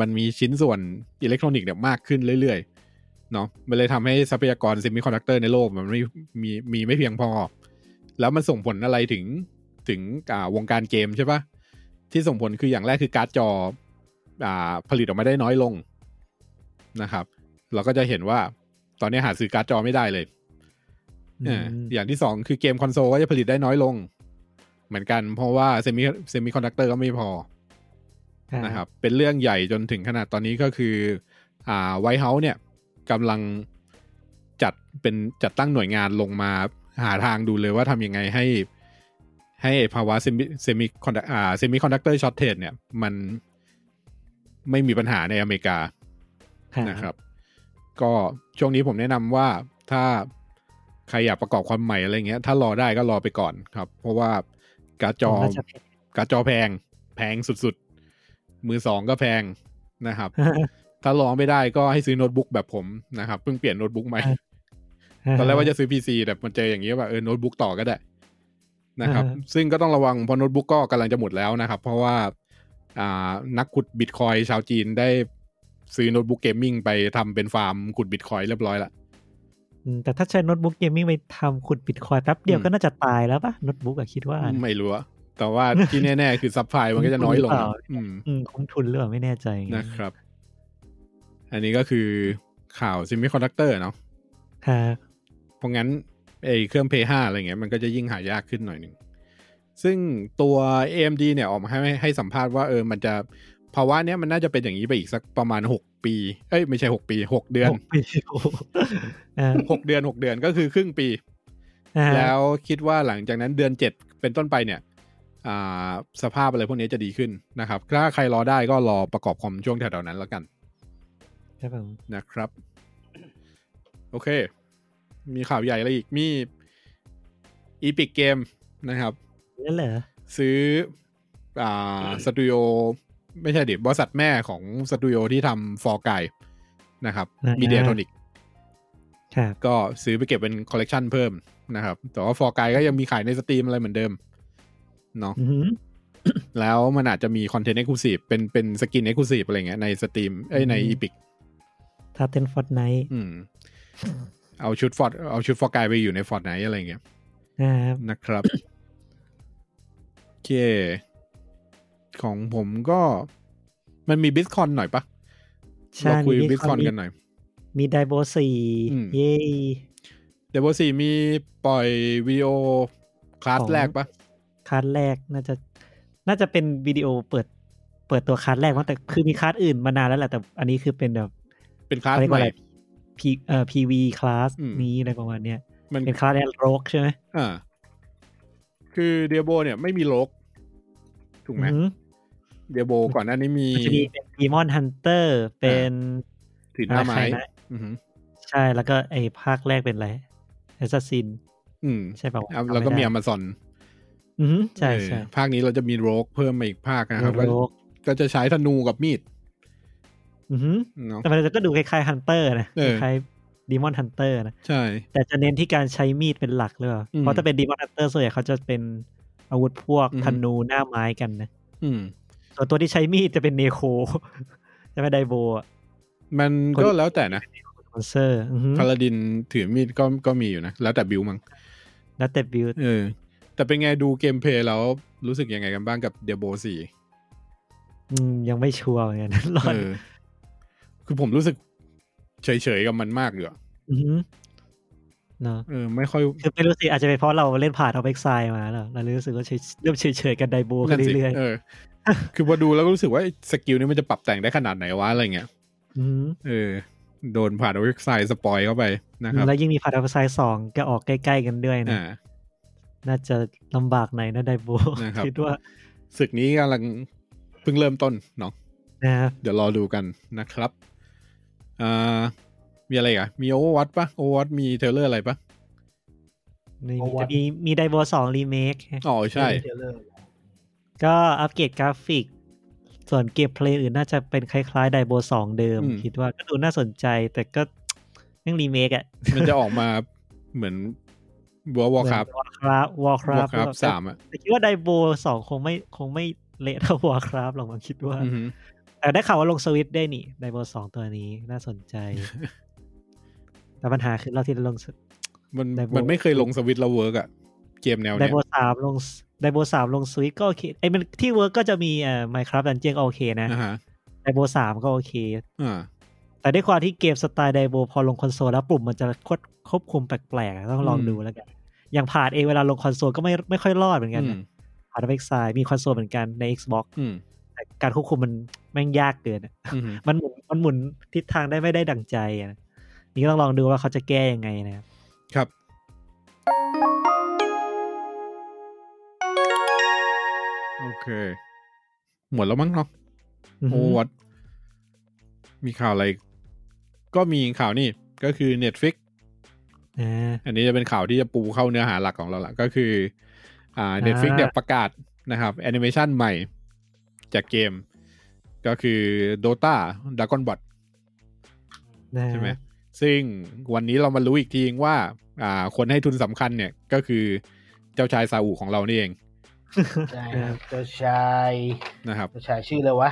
B: มันมีชิ้นส่วนอิเล็กทรอนิกส์เนี่ยมากขึ้นเรื่อยๆเนาะมันเลยทำให้ทรัพยากรเซมิคอนดักเตอร์ในโลกมันไม่มีมีไม่เพียงพอ แล้วมันส่งผลอะไรถึงถึงอ่าวงการเกมใช่ปะที่ส่งผลคืออย่างแรกคือการ์ดจออ่าผลิตออกมาได้น้อยลงนะครับ เราก็จะเห็นว่าตอนนี้หาซื้อการ์ดจอไม่ได้เลย เออ
C: ม
B: อย่างที่สองคือเกมคอนโซลก็จะผลิตได้น้อยลง เหมือนกันเพราะว่าเซมิเซมิคอนดักเตอร์ก็ไม่พอนะครับเป็นเรื่องใหญ่จนถึงขนาดตอนนี้ก็คือ อ่าไวท์เฮาส์เนี่ยกำลัง จัดเป็นจัดตั้งหน่วยงานลงมาหาทางดูเลยว่าทำยังไงให้ ให้ภาวะเซมิเซมิคอนดักอ่าเซมิคอนดักเตอร์ช็อตเทรเนี่ย มันไม่มีปัญหาในอเมริกา นะครับ ก็ช่วงนี้ผมแนะนำว่าถ้าใครอยากประกอบความใหม่อะไรเงี้ย ถ้ารอได้ก็รอไปก่อนครับ เพราะว่าการ์ดจอ
C: ผมก็จะเป็น
B: การ์ดจอแพง แพงสุดๆ มือสองก็แพงนะครับ ถ้าลองไม่ได้ก็ให้ซื้อโน้ตบุ๊กแบบผมนะครับ เพิ่งเปลี่ยนโน้ตบุ๊กใหม่ ตอนแรกว่าจะ ซื้อ PC แต่มันเจออย่างนี้แบบเออโน้ตบุ๊กต่อก็ได้นะครับ
C: อ่าฮะ
B: ซึ่งก็ต้องระวังเพราะโน้ตบุ๊กก็กำลังจะหมดแล้วนะครับ เพราะว่าอ่านักขุดบิตคอยชาวจีนได้ซื้อโน้ตบุ๊กเกมมิ่งไปทำเป็นฟาร์มขุดบิตคอยเรียบร้อยละ
C: อืมแต่ถ้าใช้โน้ตบุ๊กเกมมิ่งไปทำขุดบิตคอยแป๊บเดียว
B: อืม
C: ก็น่าจะตายแล้วปะโน้ตบุ๊กอะคิดว่านะ
B: ไม่รู้อะแต่ว่าที่แน่ๆ คือซัพพลายมันก็จะน้อยลง
C: หรือเปล่า
B: อืม
C: อืมคุ้มทุนหรือเปล่าไม่แน่ใจ
B: นะครับ อันนี้ก็คือข่าวซิมิคอนดักเตอร์เนาะ
C: ค่ะ
B: เพราะงั้นไอเครื่อง Play 5 อะไรเงี้ยมันก็จะยิ่งหายากขึ้นหน่อยหนึ่ง ซึ่งตัว AMD เนี่ยออกมาให้ให้สัมภาษณ์ว่าเออมันจะภาวะเนี้ยมันน่าจะเป็นอย่างนี้ไปอีกสักประมาณ 6 ปี เอ้ยไม่ใช่ 6 ปี 6 เดือน
C: หกปีโอ้โห อ่า
B: 6 เดือน 6 เดือนก็คือครึ่งปี
C: อ่า
B: แล้วคิดว่าหลังจากนั้นเดือน 7 เป็นต้นไปเนี่ยอ่าสภาพอะไรพวกนี้จะดีขึ้นนะครับ ถ้าใครรอได้ก็รอประกอบคอมช่วงแถวๆนั้นแล้วกัน
C: ครับผม
B: นะครับ โอเค มีข่าวใหญ่อะไรอีก มีอีพิกเกมนะครับ
C: นั่นเหรอ
B: ซื้ออ่าสตูดิโอไม่ใช่ดิบริษัทแม่ของสตูดิโอที่ทำฟอร์ไกนะครับมีเดียโทนิก
C: ครับ
B: ก็ซื้อไปเก็บเป็นคอลเลกชันเพิ่มนะครับ แต่ว่าฟอร์ไกก็ยังมีขายในสตรีมอะไรเหมือนเดิมเนาะ
C: อือหือ
B: แล้วมันอาจจะมีคอนเทนต์เอ็กซ์คลูซีฟเป็นเป็นสกินเอ็กซ์คลูซีฟอะไรเงี้ยในสตรีมเอ้ยใน
C: อืม
B: อีพิก
C: ถ้าเต้นฟอร์ดไนท์
B: อืม เอาชุดฟอร์ดเอาชุดฟอร์กายไปอยู่ในฟอร์ดไหนอะไรเงี้ย
C: นะครับ
B: นะครับ โอเค ของผมก็ มันมีบิตคอนหน่อยปะเราคุย
C: มี
B: บิตคอน
C: Bitcoin
B: กันหน่อย
C: มีไดโบสี่
B: อืม
C: เย่
B: เดบสี่มีปล่อยวิดีโอคลาสแรกปะ
C: คัสแรกน่าจะ น่าจะเป็นวิดีโอเปิด เปิดตัวคัสแรกมั้งแต่คือมีคัสอื่นมานานแล้วแหละแต่อันนี้คือเป็นแบบ
B: เป็นคลาส
C: เขาเรียก
B: ใหม่
C: ว่าอะไรพีเอ่อพีวีคลาส
B: อืม
C: นี้อะไรประมาณเนี้ย
B: มัน
C: เป็นคลาสแอลโรกใช่ไหม
B: อ่า คือเดโบเนี่ยไม่มีโลก ถูกไหม
C: อือ
B: เดโบก่อนหน้านี้มี
C: หือมันจะมีเป็นดีมอนฮันเตอร์เป็น
B: ถือหน้าไม้
C: อะไรใครนะ
B: อือหือ
C: ใช่แล้วก็ไอภาคแรกเป็นอะไรแอสซัสซิน
B: อืม
C: ใช่ป่าวะ
B: อ่ะแล้วก็มี
C: จำ
B: อ
C: ไได้
B: เมซอน
C: อือหือใช่ใช่
B: เออภาคนี้เราจะมีโรกเพิ่มมาอีกภาคนะครับก็
C: โรก
B: ก็จะใช้ธนูกับมีด
C: อือหือ
B: เนาะ
C: แต่มันก็ดูคล้ายๆฮันเตอร์นะ
B: เออ
C: คล้ายดีมอนฮันเตอร์นะ
B: ใช่
C: แต่จะเน้นที่การใช้มีดเป็นหลักหรือเปล่า
B: อืม
C: เพราะถ้าเป็นดีมอนฮันเตอร์ส่วนใหญ่เขาจะเป็นอาวุธพวก
B: อืม
C: ธนูหน้าไม้กันนะ
B: อืม
C: ส่วนตัวที่ใช้มีดจะเป็นเนโค จะไม่ไดโบอะ
B: มันก็แล้วแต่นะ
C: สปอนเซอร์อือฮึ
B: พาลาดินถือมีดก็ก็มีอยู่นะ แล้วแต่บิวมั้ง
C: แล้วแต่บิว
B: เออ แต่เป็นไงดูเกมเพลย์แล้วรู้สึกยังไงกันบ้างกับเดโบสี่
C: ยังไม่ชัวร์เหมือนกันรอด
B: เออ คือผมรู้สึกเฉยๆกับมันมากเลยอะ
C: อฮึเนาะ
B: เออ ไม่ค่อย
C: คือไม่รู้สิอาจจะเป็นเพราะเราเล่นผ่านเอาเอ็กไซมาแล้วเราเลยรู้สึกว่าเฉยเริ่มเฉยๆกันไดโบกัน
B: นั่นสิ
C: เรื่อย
B: เออ คือพอดูแล้วก็รู้สึกว่าไอ้สกิลนี้มันจะปรับแต่งได้ขนาดไหนวะอะไรเงี้ย
C: ๆอือฮึ
B: เออโดนผ่านเว็บไซต์สปอยเข้าไปนะครับ
C: แล้วยิ่งมีผ่านเอาเอ็กไซสองก็ออกใกล้ๆกันด้วยนะ
B: อ่า
C: น่าจะลำบากหน่อยนะไดโบ
B: นะครับ
C: คิดว่า
B: ศึกนี้กำลังเพิ่งเริ่มต้นเนาะ
C: นะครับ
B: เดี๋ยวรอดูกันนะครับอ่ามีอะไรอีกอ่ะ มีโอวัตปะโอวัตมีเทรลเลอร์อะไรปะ
C: ไม่
D: เอา
C: มี
D: วะ
C: แต่มีมีไดโบสองรีเมค
B: อ๋อใช่
D: เดี๋ยวเริ่ม
C: ก็อัปเกรดกราฟิก ส่วนเกมเพลย์อื่นน่าจะเป็นคล้ายๆไดโบสองเดิม
B: อืม
C: คิดว่าก็ดูน่าสนใจแต่ก็ ยังรีเมคอะ
B: มันจะออกมาเหมือนบัววอลครับ
C: วอลครับวอลครั
B: วอบ ลครับสามอ่ะ
C: แต่คิดว่าไดโบสองคงไม่คงไม่เละเท่าวอลครับหรอกมันคิดว่า
B: อือหือ
C: แต่ได้ข่าวว่าลงสวิตช์ได้นี่ไดโบสองตัวนี้น่าสน ใจ แต่ปัญหาคือเราที่ลง
B: มัน
C: ได้บัว
B: มันไม่เคยลงสวิตช์แล้วเวิร์กอ่ะ เกมแนว
C: ได
B: เนี้ย
C: โบสามลงไดโบสามลงสวิตช์ก็โอเคไอ้มันที่เวิร์กก็จะมีเอ่อไมครับดันเจียงโอเคนะ
B: นะฮะ
C: ไดโบสามก็โอเค
B: อ่า
C: แต่ด้วยความที่เกมสไตล์ไดโบพอลงคอนโซลแล้วปุ่มมันจะควบควบคุมแปลกๆอะต้องลอง
B: อืม
C: ดูแล้วกันอย่างผ่านเองเวลาลงคอนโซลก็ไม่ไม่ค่อยรอดเหมือนกัน
B: อื
C: นะ
B: ม
C: ผ่านเอ็กซ์ไซมีคอนโซลเหมือนกันใน Xbox
B: อืม
C: แต่การควบคุมมันแม่งยากเกินอะ
B: อือหือ
C: มันหมุนมันหมุนทิศทางได้ไม่ได้ดังใจอะ นี่ก็ต้องลองดูว่าเขาจะแก้ยังไงนะครับ
B: ครับ โอเค หมดแล้วมั้งเนาะ
C: อือฮึ
B: โอ้วัดมีข่าวอะไร ก็มีข่าวนี่ ก็คือ Netflix
C: อ่า
B: อันนี้จะเป็นข่าวที่จะปูเข้าเนื้อหาหลักของเราละก็คือ อ่า Netflix
C: อ่า
B: เนี่ยประกาศนะครับแอนิเมชันใหม่จากเกม ก็คือ Dota Dragon Bot
C: นะ
B: ใช่ไหมซึ่งวันนี้เรามารู้อีกทีเองว่า อ่า คนให้ทุนสำคัญเนี่ยก็คือเจ้าชายซาอุของเรานี่เอง
D: ใช่ครับเจ้าชาย
B: นะครับ
D: เจ้าชายชื่อเลยวะ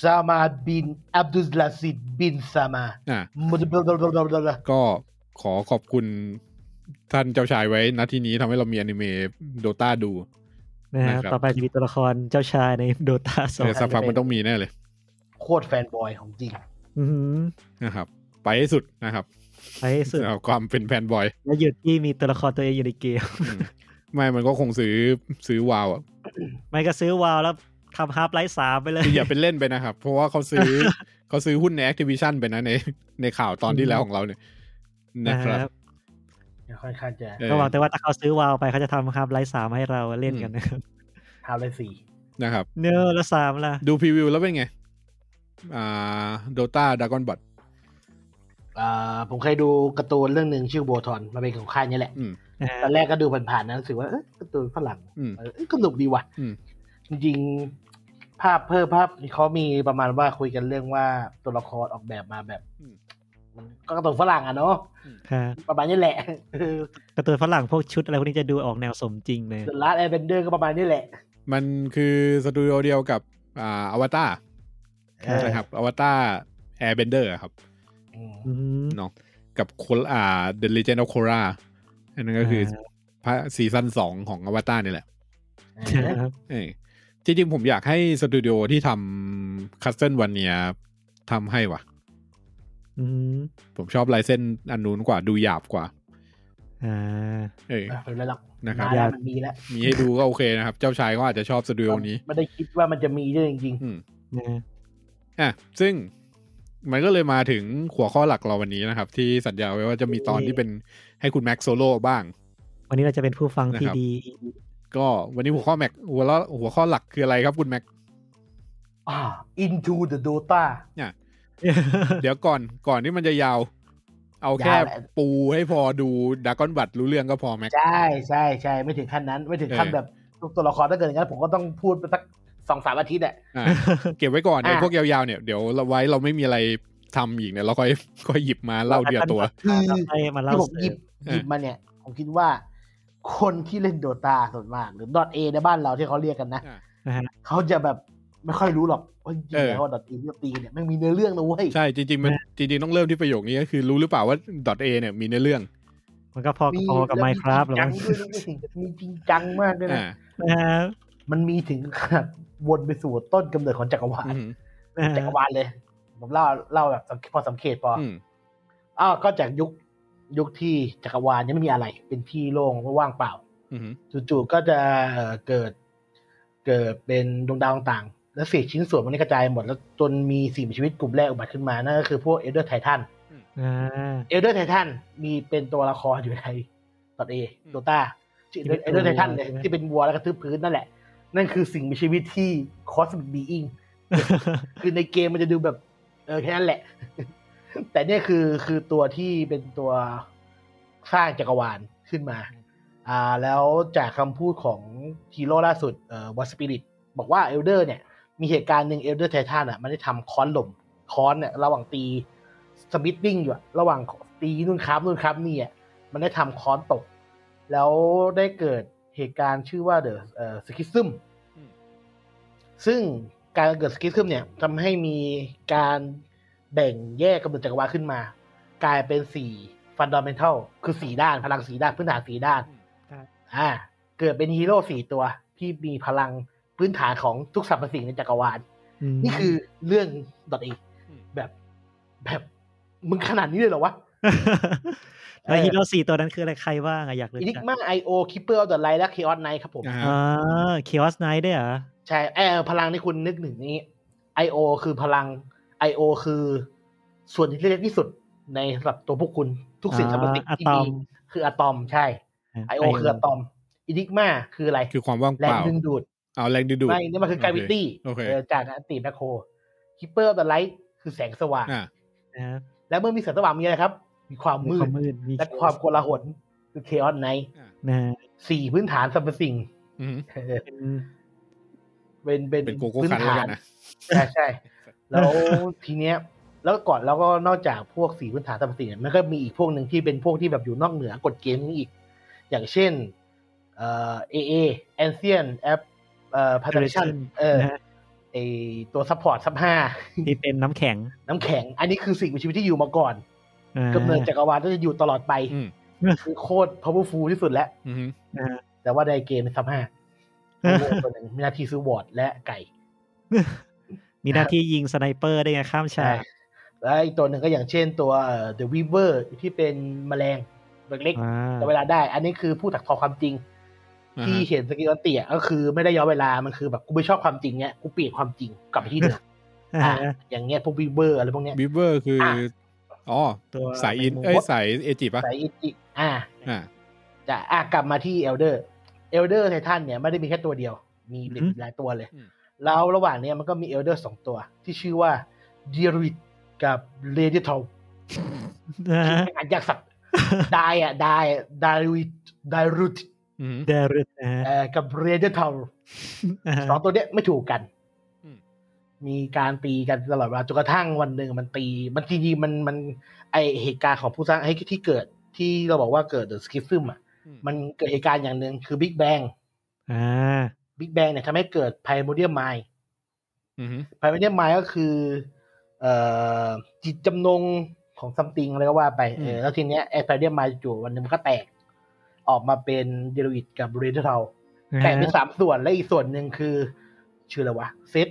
D: ซามาบินอับดุลลาซิดบินซามา
B: อ่า
D: มุดบลบลบลบลบล
B: ก็ขอขอบคุณท่านเจ้าชายไว้ณที่นี้ทำให้เรามีอนิเมะโดตาดู
C: นะฮะ
B: นะครับ
C: ต่อไปจะมีตัวละครเจ้าชายในโดตาสอ
B: เออง สักพักมันต้องมีแน่เลย
D: โคตรแฟนบอยของจริง
C: อือหือ
B: นะครับ ไปให้สุดนะครับ
C: ไปให้สุด
B: เอาความเป็นแฟนบอย
C: แล้วหยุดที่มีตัวละครตัวเองอยู่ในเกม
B: อืมไม่มันก็คงซื้อซื้อวาวอ่ะ
C: ไม่ก็ซื้อวาวแล้วทำฮาร์ปไลท์สามไปเลย
B: คืออย่าเป็นเล่นไปนะครับ เพราะว่าเขาซื้อ เขาซื้อหุ้นใน Activision ไปนะในในข่าวตอนที่แล้วของเราเนี่ยนะครับ
D: ค่อนข้างจะ
B: เออ
C: ก็หวังแต่ว่าถ้าเขาซื้อวาวไปเขาจะทำฮาร์ปไลท์สามให้เราเล่นกันนะครับ
D: ฮาวเลยสี่
B: นะครับ
C: เนื้อะแล้วสามล่ะ
B: ดูพรีวิวแล้วเป็นไง อ่าโดตาดากอนบอท
D: อ่าผมเคยดูการ์ตูนเรื่องหนึ่งชื่อโบทอนมาเป็นของค่ายนี้แหละ
B: อืม
C: นะฮะ
D: ตอนแรกก็ดูผ่านๆนะรู้สึกว่าเอ้ยการ์ตูนฝรั่ง
B: อืม
D: เออเอ้ยก็สนุกดีว่ะ
B: อืม
D: จริงๆภาพเพิ่มภาพเขามีประมาณว่าคุยกันเรื่องว่าตัวละครออกแบบมาแบบ
B: อืม
D: มันก็การ์ตูนฝรั่งอะเนาะ
C: ค่ะ
D: ประมาณ นี้แหละเออ
C: การ์ตูนฝรั่งพวกชุดอะไรพวกนี้จะดูออกแนวสมจริงเลย
D: เดอะลัสแอร์เบนเดอร์ก็ประมาณนี้แหละ
B: มันคือสตูดิโอเดียวกับ อ่าอวตาร
C: ใช่
B: นะครับอวตารแอร์เบนเดอร์ครับ
D: อืม
C: อืม
B: เนาะกับโคอ่าเดลิเจนต์โคราอันนั้นก็คือ
C: เออ
B: พระซีซั่นสองของอวตารนี่แหละ
C: ครับ
B: เออจริงๆผมอยากให้สตูดิโอที่ทำคัสเซิลวันเนียทำให้ว่ะ
C: อืม
B: ผมชอบลายเส้นอันนู้นกว่าดูหยาบกว่า
C: อ่า
B: เออ
D: เออเป็นไรหรอก
B: นะครับ
D: มาแล้วมันมีแล้ว
B: มีให้ดูก็โอเคนะครับ เจ้าชายก็อาจจะชอบสตูดิโอนี้
D: ไม่ได้คิดว่ามันจะมีด้วยจริง
B: อืม
C: นะฮะ
B: อ่ะซึ่งมันก็เลยมาถึงหัวข้อหลักเราวันนี้นะครับ ที่สัญญาไว้ว่าจะมีตอนที่เป็นให้คุณแม็กซ์โซโล่บ้าง
C: วันนี้เราจะเป็นผู้ฟังที่
B: นะครับ
C: ดี
B: ก็วันนี้หัวข้อแม็กหัวละหัวข้อหลักคืออะไรครับคุณแม็ก
D: ๆอ่า Into the Dota
B: เดี๋ยวก่อนก่อนที่มันจะยาว เอาแค่
D: ยาวแหละ
B: ปูให้พอดูดากอนบัตรู้เรื่องก็พอแม็ก
D: ใช่ใช่ใช่ไม่ถึงขั้นนั้น ไม่ถึงขั้น
B: เออ
D: แบบทุกตัวละครถ้าเกิดอย่างนั้นผมก็ต้องพูดไปสักสองสามอาทิตย์อะ
B: อ่ะเก็บไว้ก่อนเดี๋ยว
D: อ่ะ
B: พวกยาวๆเนี่ยเดี๋ยวเราไว้เราไม่มีอะไรทำอีกเนี่ยเราค่อยค่อยหยิบมาเล่าเดียวตัว
D: คือ
C: ให้มาเล่า
D: ที่ผมหยิบ
B: เออ
D: หยิบมาเนี่ย ผมคิดว่า คนที่เล่นโดตาส่วนมาก หรือดอทเอในบ้านเราที่เขาเรียกกันนะ
B: อ่ะ
C: นะฮะ
D: เขาจะแบบไม่ค่อยรู้หรอกว่าจริ
B: เอง อ
D: แล้วดอทเอที่เราตีเนี่ยมันมีเนื้อเรื่องนะเว้ย
B: ใช่จริงๆมันจริงๆต้องเริ่มที่ประโยคนี้ก็คือรู้หรือเปล่าว่า .a เนี่ยมีเนื้อเรื่อง
C: มันก็พอพอกับไมค์ครับหรอ
D: แล้ว
C: มั้ง
D: มีจริงจังด้วยนะมีจริงจังมากด้วยนะ
B: อ่า
C: นะฮะ
D: มันมีถึงขนาดวนไปสู่ต้นกำเนิดของจักรวาล
B: อืม
C: นะฮะ
D: จักรวาลเลย ผมเล่าเล่าแบบสังเกตพอสังเกตพออ
B: อืม
D: อ้าวก็จากยุคยุคที่จักรวาลยังไม่มีอะไร เป็นที่โล่งว่างเปล่า
B: อืม
D: จู่ๆก็จะเอ่อเกิดเกิดเป็นดวงดาวต่างๆ แล้วเศษชิ้นส่วนมันนกระจายหมด แล้วจนมีสิ่งมีชีวิตกลุ่มแรกอุบัติขึ้นมา นั่นก็คือพวกเอลเดอร์ไททัน
C: อ่า
D: เอลเดอร์ไททันมีเป็นตัวละครอยู่ในตอนเอโดตาชื่อ
C: ที่เป็น
D: เอลเดอร์ไททัน
C: วัว
D: เลย
C: ใช่ไหม
D: ที่เป็นวัวแล้วก็ทึบพื้นนั่นแหละ นั่นคือสิ่งมีชีวิตที่คอสมิกบีอิง คือในเกมมันจะดูแบบ เออแค่นั้นแหละ แต่เนี่ยคือคือตัวที่เป็นตัวสร้างจักรวาลขึ้นมา อ่า แล้วจากคำพูดของฮีโร่ล่าสุดเอ่อวอสปิริตบอกว่าเอลเดอร์เนี่ย มีเหตุการณ์หนึ่งเอลเดอร์ไททันอ่ะ มันได้ทำค้อนหล่มค้อนเนี่ยระหว่างตีสมิ t ติ้งอยู่อะระหว่างตีนู่นครับนู่นครับนี่อ่ะมันได้ทำค้อนตก แล้วได้เกิดเหตุการณ์ชื่อว่าเดอะเอ่อสกิซึม ซึ่งการเกิดสกิสขึ้นเนี่ยทำให้มีการแบ่งแยกกำเนิดจักรวาลขึ้นมา กลายเป็นสี่ฟันด m เมนทัลคือสี่ด้านพลังสี่ด้าน พื้นฐานสี่ด้าน
C: ครับ
D: อ่าเกิดเป็นฮีโร่สี่ตัวที่มีพลังพื้นฐานของทุกสรรพสิ่งในจักรวาล
C: ม
D: นี่คือเรื่องดอทเอแบบแบบมึงขนาดนี้เลยเหรอวะ
C: แล้วฮีโร่สี่ตัวนั้นคืออะไรใครบ้างอะอยากรู้
D: อินิก
C: จัง
D: มาไอโอคิปเปอร์เดอะไลท์และเคออสไนท์ครับผม
B: อ่า
C: อ่าเคียสไนท์ด้วยเหรอ
D: ใช่เออพลังที่คุณนึกถึงนี้ I.O. คือพลัง I.O. คือส่วนที่เล็กที่สุด ในสำหรับตัวพวกคุณทุกสิ่ง
C: อ่า
D: สำหรับสิ่งที่
C: อะตอ
D: มี
C: ม
D: คืออะตอมใช่ไอโอคืออะตอมอินิกมาคืออะไร
B: คือความว่าง
D: แร
B: เป
D: ง
B: ล่า
D: ดึงดูด
B: เอาแรงดึงดูด
D: ไม่นี่มันคือ gravity
B: โอเค
D: เออจากอันติแมคโครคิปเปอร์ t อ e l ไลท์คือแสงสว่าง
B: อ่า
C: นะครับ
D: และเมื่อมีแสงสว่างมีอะไรครับ มีความ
C: มี
D: มื
C: ควา
D: ด
C: มมืดมี
D: และความโกลาหลคือ chaos night
C: นะฮะ
D: สี่พื้นฐานสรรพสิ่ง
B: อืม
D: เออ
C: เป็น
D: เป็นเป็น
B: เป็นโกโก้
D: พื้น
B: คันแล้วกั
D: ฐา
B: น นนะ
D: ใช่ใช่ แล้วทีเนี้ย แล้วก่อนแล้วก็นอกจากพวกสีพื้นฐานสรรพสิ่งเนี่ยมันก็มีอีกพวกหนึ่งที่เป็นพวกที่แบบอยู่นอกเหนือกฎเกณฑ์นี้อีก อย่างเช่น เอ่อ AA Ancient App เอ่อ Federation
C: Federation
D: เออ
C: นะฮะ
D: ไอตัวซัพพอร์ตซับห้า
C: ที่เป็นน้ำแข็ง
D: น้ำแข็ง อันนี้คือสิ่งมีชีวิตที่อยู่มาก่อน
C: อ่าก
D: ำเนิดจักรวาลก็จะอยู่ตลอดไป
B: อืม
D: คือโคตร powerful ที่สุดแล้ว
B: อืม
C: นะฮะ
D: แต่ว่าในเกมเป็นซับห้า
C: เออ
D: ตัวหนึ่งมีหน้าที่ซื้อวอร์ดและไก่
C: มีหน้าที่ยิงสไนเปอร์ได้ไงข้าม
D: ใช่
C: ฉาก
D: แล้วอีกตัวหนึ่งก็อย่างเช่นตัวเอ่อ The Weaver ที่เป็นแมลงเล็ก
C: อ่า
D: ๆแต่เวลาได้ อันนี้คือผู้ถักทอความจริง
B: อ่า
D: ที่
B: ฮะ
D: เห็นสกิลเตียก็คือไม่ได้ย้อนเวลา มันคือแบบกูไม่ชอบความจริงเนี้ย กูเปลี่ยนความจริงกลับไปที่เดิม
C: อ่า
D: อ่ะอย่างเงี้ยพวก Weaver อะไรพวกเนี้ย
B: บิเวอร์คืออ๋อ
C: ตัว
B: สายอิน
C: แมงมุม
B: เอ้ยสายเอจิปะ
D: สายอิติอ่า
B: อ่า
D: จะอ่ะกลับมาที่เอลเดอร์เอลเดอร์ไททันเนี่ยไม่ได้มีแค่ตัวเดียว มีเป็น
C: อือหือ
D: หลายตัวเลย
B: อืม
D: แล้วระหว่างเนี้ยมันก็มีเอลเดอร์สองตัว ที่ชื่อว่าเดียริดกับเรดิทอล
C: นะฮะ
D: อ่านยากสัตว์ดายอ่ะดายดาริดดารุด
B: อืม
C: เดรุตนะฮะ
D: เอ่อกับเรดิทอล
C: อ่าฮะ
D: สองตัวเนี้ยไม่ถูกกัน
B: อืม
D: มีการตีกันตลอดเวลาจนกระทั่งวันหนึ่งมันตี มันจริงๆมันมันไอเหตุการณ์ของผู้สร้างไอ้ที่เกิดที่เราบอกว่าเกิดเดอะสกิฟซึมอ่ะมันเกิดเหตุการณ์อย่างหนึ่งคือบิ๊กแบง
C: อ่า
D: บิ๊กแบงเนี่ยทำให้เกิดไพโมเดียมไมล์
B: อืม
D: ไพโมเดียมไมล์ก็คือเอ่อจิตจำนงของซัมติงอะไรก็ว่าไปเออแล้วทีเนี้ยไอไพโมเดียมไมล์จู่ๆวันหนึงมันก็แตก ออกมาเป็นเดลวิดกับเรดเทล
C: นะ
D: แตก
C: ฮะ
D: เป็นสามส่วนและอีกส่วนหนึ่งคือ ชื่ออะไรวะเซต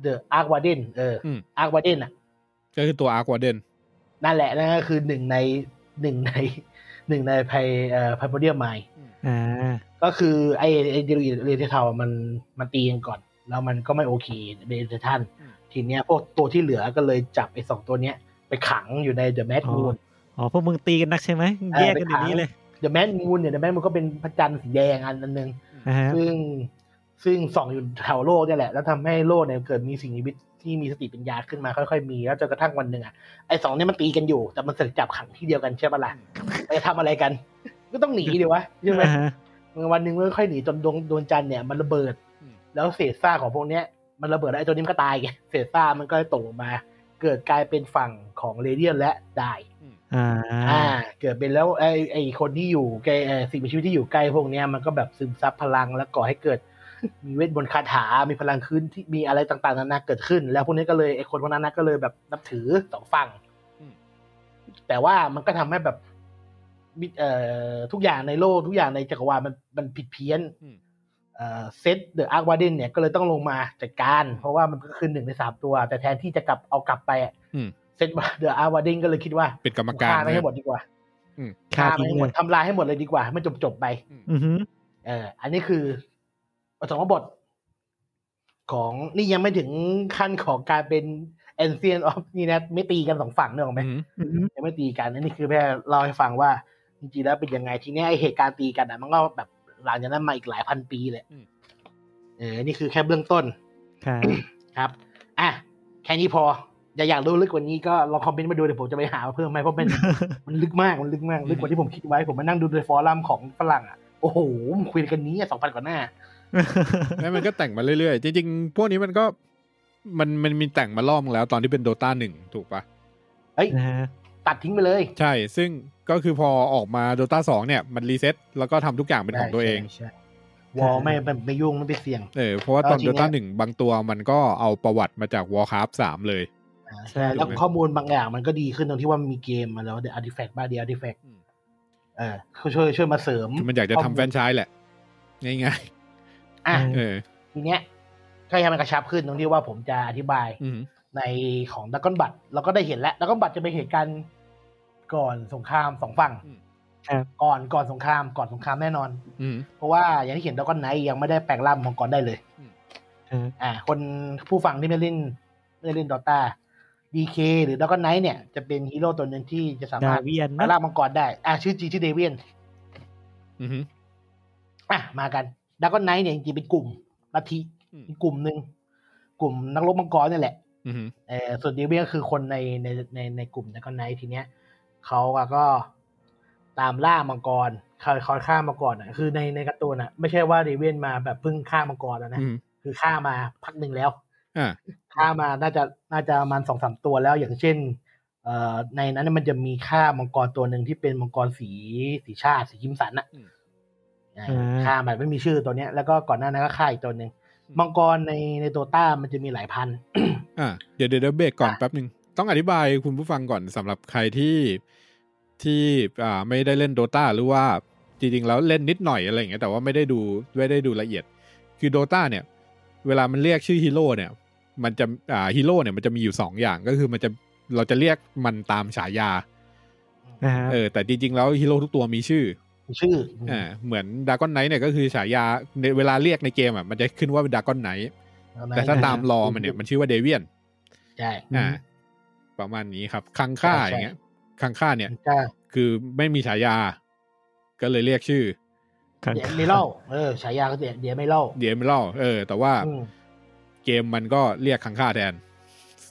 D: เดอะอาร์ควาเดนเออ
B: อืม
D: อาร์ควาเดนอ่ะ
B: ก็คือตัวอาร์ควาเดน
D: นั่นแหละนั่นก็คือหนึ่งในหนึ่งในหนึ่งในไพเอ่อไพโมเดียมไมล์
C: อ่า
D: ก็คือไอ้ไอ้เดลิเรเทเทามันมันตีกันก่อน แล้วมันก็ไม่โอเคเดลิเรทันทีเนี้ยพวกตัวที่เหลือก็เลยจับไอ้สองตัวเนี้ย ไปขังอยู่ในเดอะแมด
C: อ๋อ
D: มูน
C: อ๋อพวกมึงตีกันนักใช่ไหม
D: เออ
C: แยกกันอย่างนี้
D: ไปถาม
C: เลย
D: เดอะแมดมูนเนี่ยเดอะแมดมูนก็เป็นพระจันทร์สีแดงอันอันหนึ่ง
C: นะฮะ
D: ซึ่งซึ่งส่องอยู่แถวโลกเนี่ยแหละ แล้วทำให้โลกเนี่ยเกิดมีสิ่งมีชีวิตที่มีสติปัญญาขึ้นมาค่อยๆมี แล้วจนกระทั่งวันหนึ่งอ่ะไอ้สองเนี่ยมันตีกันอยู่ แต่มันเสือกจับขังที่เดียวกันใช่ปะล่ะไปทำอะไรกัน ก็ต้องหนีดีวะใช่ไหม
C: อ่าฮะ
D: วันหนึ่งมันค่อยหนีจนดวงดวงจันทร์เนี่ยมันระเบิด แล้วเศษซากของพวกเนี้ยมันระเบิดแล้วไอ้ตัวนี้มันก็ตายไงเศษซากมันก็เลยตกลงมา เกิดกลายเป็นฝั่งของเรเดียนและไดาย
C: อ่า
D: อ่า เกิดเป็นแล้วไอ้ไอ้คนที่อยู่ใกล้เอ่อสิ่งมีชีวิตที่อยู่ใกล้พวกเนี้ยมันก็แบบซึมซับพลังแล้วก่อให้เกิ ด มีเวทมนต์คาถา มีพลังขึ้นที่มีอะไรต่างๆนานาเกิดขึ้น แล้วพวกนี้ก็เลยไอ้คนพวกนั้นนะก็เลยแบบนับถือสองฝั่งแต่ว่ามันก็ทำให้แบบมิเอ่อทุกอย่างในโลกทุกอย่างในจักรวาลมันมันผิดเพี้ยน เอ่อเซตเดอะอาร์ควาเดนเนี่ยก็เลยต้องลงมาจัดการ เพราะว่ามันก็คือหนึ่งในสามตัว แต่แทนที่จะกลับเอากลับไปอะ
B: อืม
D: เซตเดอะอาร์ควาเดนก็เลยคิดว่า
B: เป็นกรรม
D: กู
B: การ
D: ฆ่าไม่ให้หมดดีกว่า
C: ฆ่าทิ้
D: ฆ่า
C: ง
D: ไม่ให้ห
C: เล
D: มด
C: ย
D: ทำลายให้หมดเลยดีกว่าไม่จบจบๆไป
C: อือฮึ
D: เอออันนี้คือปฐมบท ของนี่ยังไม่ถึงขั้นของการเป็นแอนเซียนออฟนี่นะไม่ตีกันสองฝั่งเนกอะไหม
B: อืม
C: อือฮึ
D: ยังไม่ตีกันอันนี้คือแค่เล่าให้ฟังว่าจริงๆแล้วเป็นยังไงทีเนี้ยไอเหตุการณ์ตีกันอ่ะมันก็แบบหลังจากนั้นมาอีกหลายพันปีเลยเออนี่คือแค่เบื้องต้น
C: ครับ
D: ครับ อ่ะ แค่นี้พอ อย่าอยากรู้ลึกกว่านี้ก็ลองคอมเมนต์มาดูเดี๋ยวผมจะไปหามาเพิ่มไหมเพราะ มันมันลึกมาก มันลึกมาก ลึกกว่าที่ผมคิดไว้ ผมมานั่งดูในฟอรัมของฝรั่งอ่ะ โอ้โหมันคุยกันนี้สองพันกว่าหน้า
B: แล้วมันก็แต่งมาเรื่อยๆ จริงๆ พวกนี้มันก็มันมันมีแต่งมาล่อมแล้วตอนที่เป็นโดตาหนึ่งถูกปะ
D: เฮ้ย
C: นะฮะ
D: ตัดทิ้งไปเลย
B: ใช่ ซึ่งก็คือพอออกมา Dota 2 เนี่ย มันรีเซ็ตแล้วก็ทำทุกอย่างเป็นของตัวเอง
D: ใช่ใช่วอลไม่ไม่ไม่ยุ่งไม่ไปเสี่ยง
B: เออ เพราะว่าตอน
D: เอาจริง
B: Dota
D: นะ
B: 1 บางตัวมันก็เอาประวัติมาจาก Warcraft 3 เลย
D: อ่าใช่ แล้วข้อมูลบางอย่างมันก็ดีขึ้นตรงที่ว่ามันมีเกมมาแล้วเดี๋ยวอาร์ติแฟกต์บ้าเดียวอาร์ติแฟกต์
B: อืม
D: เออเขาช่วยช่วยมาเสริม
B: คือมันอยากจะทำแฟรนไชายแหละ ง่าย
D: อ่ะ
B: ๆ เออ
D: ทีเนี้ยก็ยังมันกระชับขึ้นตรงที่ว่าผมจะอธิบาย
B: อืม
D: ในของดักกอนบัตเราก็ได้เห็นแล้วดักกอนบัตจะเป็นเหตุการณ์ก่อนสงครามสองฝั่ง
C: ครับ
D: ก่อนก่อนสงครามก่อนสงครามแน่นอน
B: อืม
D: เพราะว่าอย่างที่เห็นดักกอนไนยังไม่ได้แปลงร่างของก่อนได้เลย
C: ฮะ
D: อ่า คนผู้ฟังที่ไม่เล่นไม่ได้เล่นดอต้า DK หรือด o ก k ไนท์เนี่ยจะเป็นฮีโร่ตัวหนึ่งที่จะ
C: ดาม
D: สาารถ
C: เวียน
D: มา
C: นะ
D: ล่ามังกรได้ อ่ะชื่อจริงชื่อเดเวียน
B: อือฮึ
D: อ่ะมากันด o ก k ไนท์เนี่ยจริงๆเป็นกลุ่มลัทธิ
B: อืม
D: เป็นกลุ่มหนึ่งกลุ่มนักรบมังกรเนี่ยแหละ
B: อือฮึ
D: เออส่วนเดเวียนก็คือคนในในในในกลุ่มนักนไนท์ทีเนี้ยเขาอะก็ตามล่ามังกรเขาเขาฆ่ามังกรอะคือในในการ์ตูนอะไม่ใช่ว่าเดเวียนมาแบบเพิ่งฆ่ามังกรแล้วนะ
B: อือฮึ
D: คือฆ่ามาพักหนึ่งแล้ว
B: อ่า
D: ฆ่ามาน่าจะน่าจะประมาณสองสามตัวแล้วอย่างเช่น เอ่อในนั้นมันจะมีฆ่ามังกรตัวหนึ่งที่เป็นมังกรสีสีชาติสีคิมสันอะ
B: อืม
D: เออฆ่ามันไม่มีชื่อตัวเนี้ย แล้วก็ก่อนหน้านั้นก็ฆ่าอีกตัวหนึ่ง
B: อืม
D: มังกรในในโตต้ามันจะมีหลายพัน
B: อ่าเดี๋ยวเดี๋ยวเดี๋ยวเบรกก่อน
D: อ่ะ
B: แป๊บหนึ่งต้องอธิบายคุณผู้ฟังก่อนสำหรับใครที่ที่อ่าไม่ได้เล่นโดตาหรือว่าจริงๆแล้วเล่นนิดหน่อยอะไรอย่างเงี้ยแต่ว่าไม่ได้ดูไม่ได้ดูละเอียด คือโดตาเนี่ย เวลามันเรียกชื่อฮีโร่เนี่ย มันจะอ่าฮีโร่เนี่ยมันจะมีอยู่สองอย่างก็คือมันจะเราจะเรียกมันตามฉายา
C: นะฮะ
B: เออแต่จริง ๆ แล้วฮีโร่ทุกตัวมีชื่อ
D: มี ชื่อ
B: ออ่าเหมือนดากอนไนท์เนี่ยก็คือฉายาในเวลาเรียกในเกมอ่ะมันจะขึ้นว่าเป็นดากอนไนท์แต่ถ้าตามลอมันเนี่ยมันชื่อว่าเดเวียน
D: ใช่
B: อ่าประมาณนี้ครับคังค่าอย่างเงี้ยคังค่าเนี่ย
D: ใช่
B: คือไม่มีฉายา ก็เลยเรียกชื่อ
C: ข้าง
D: เดี๋ยว
C: ๆ
D: ไม่เล่าเออฉายาเขาเดี๋ยวเดี๋ยวไม่เล่า
B: เดียมเล่าเออ แต่ว่า
D: อืม
B: เกมมันก็เรียกคังค่าแทน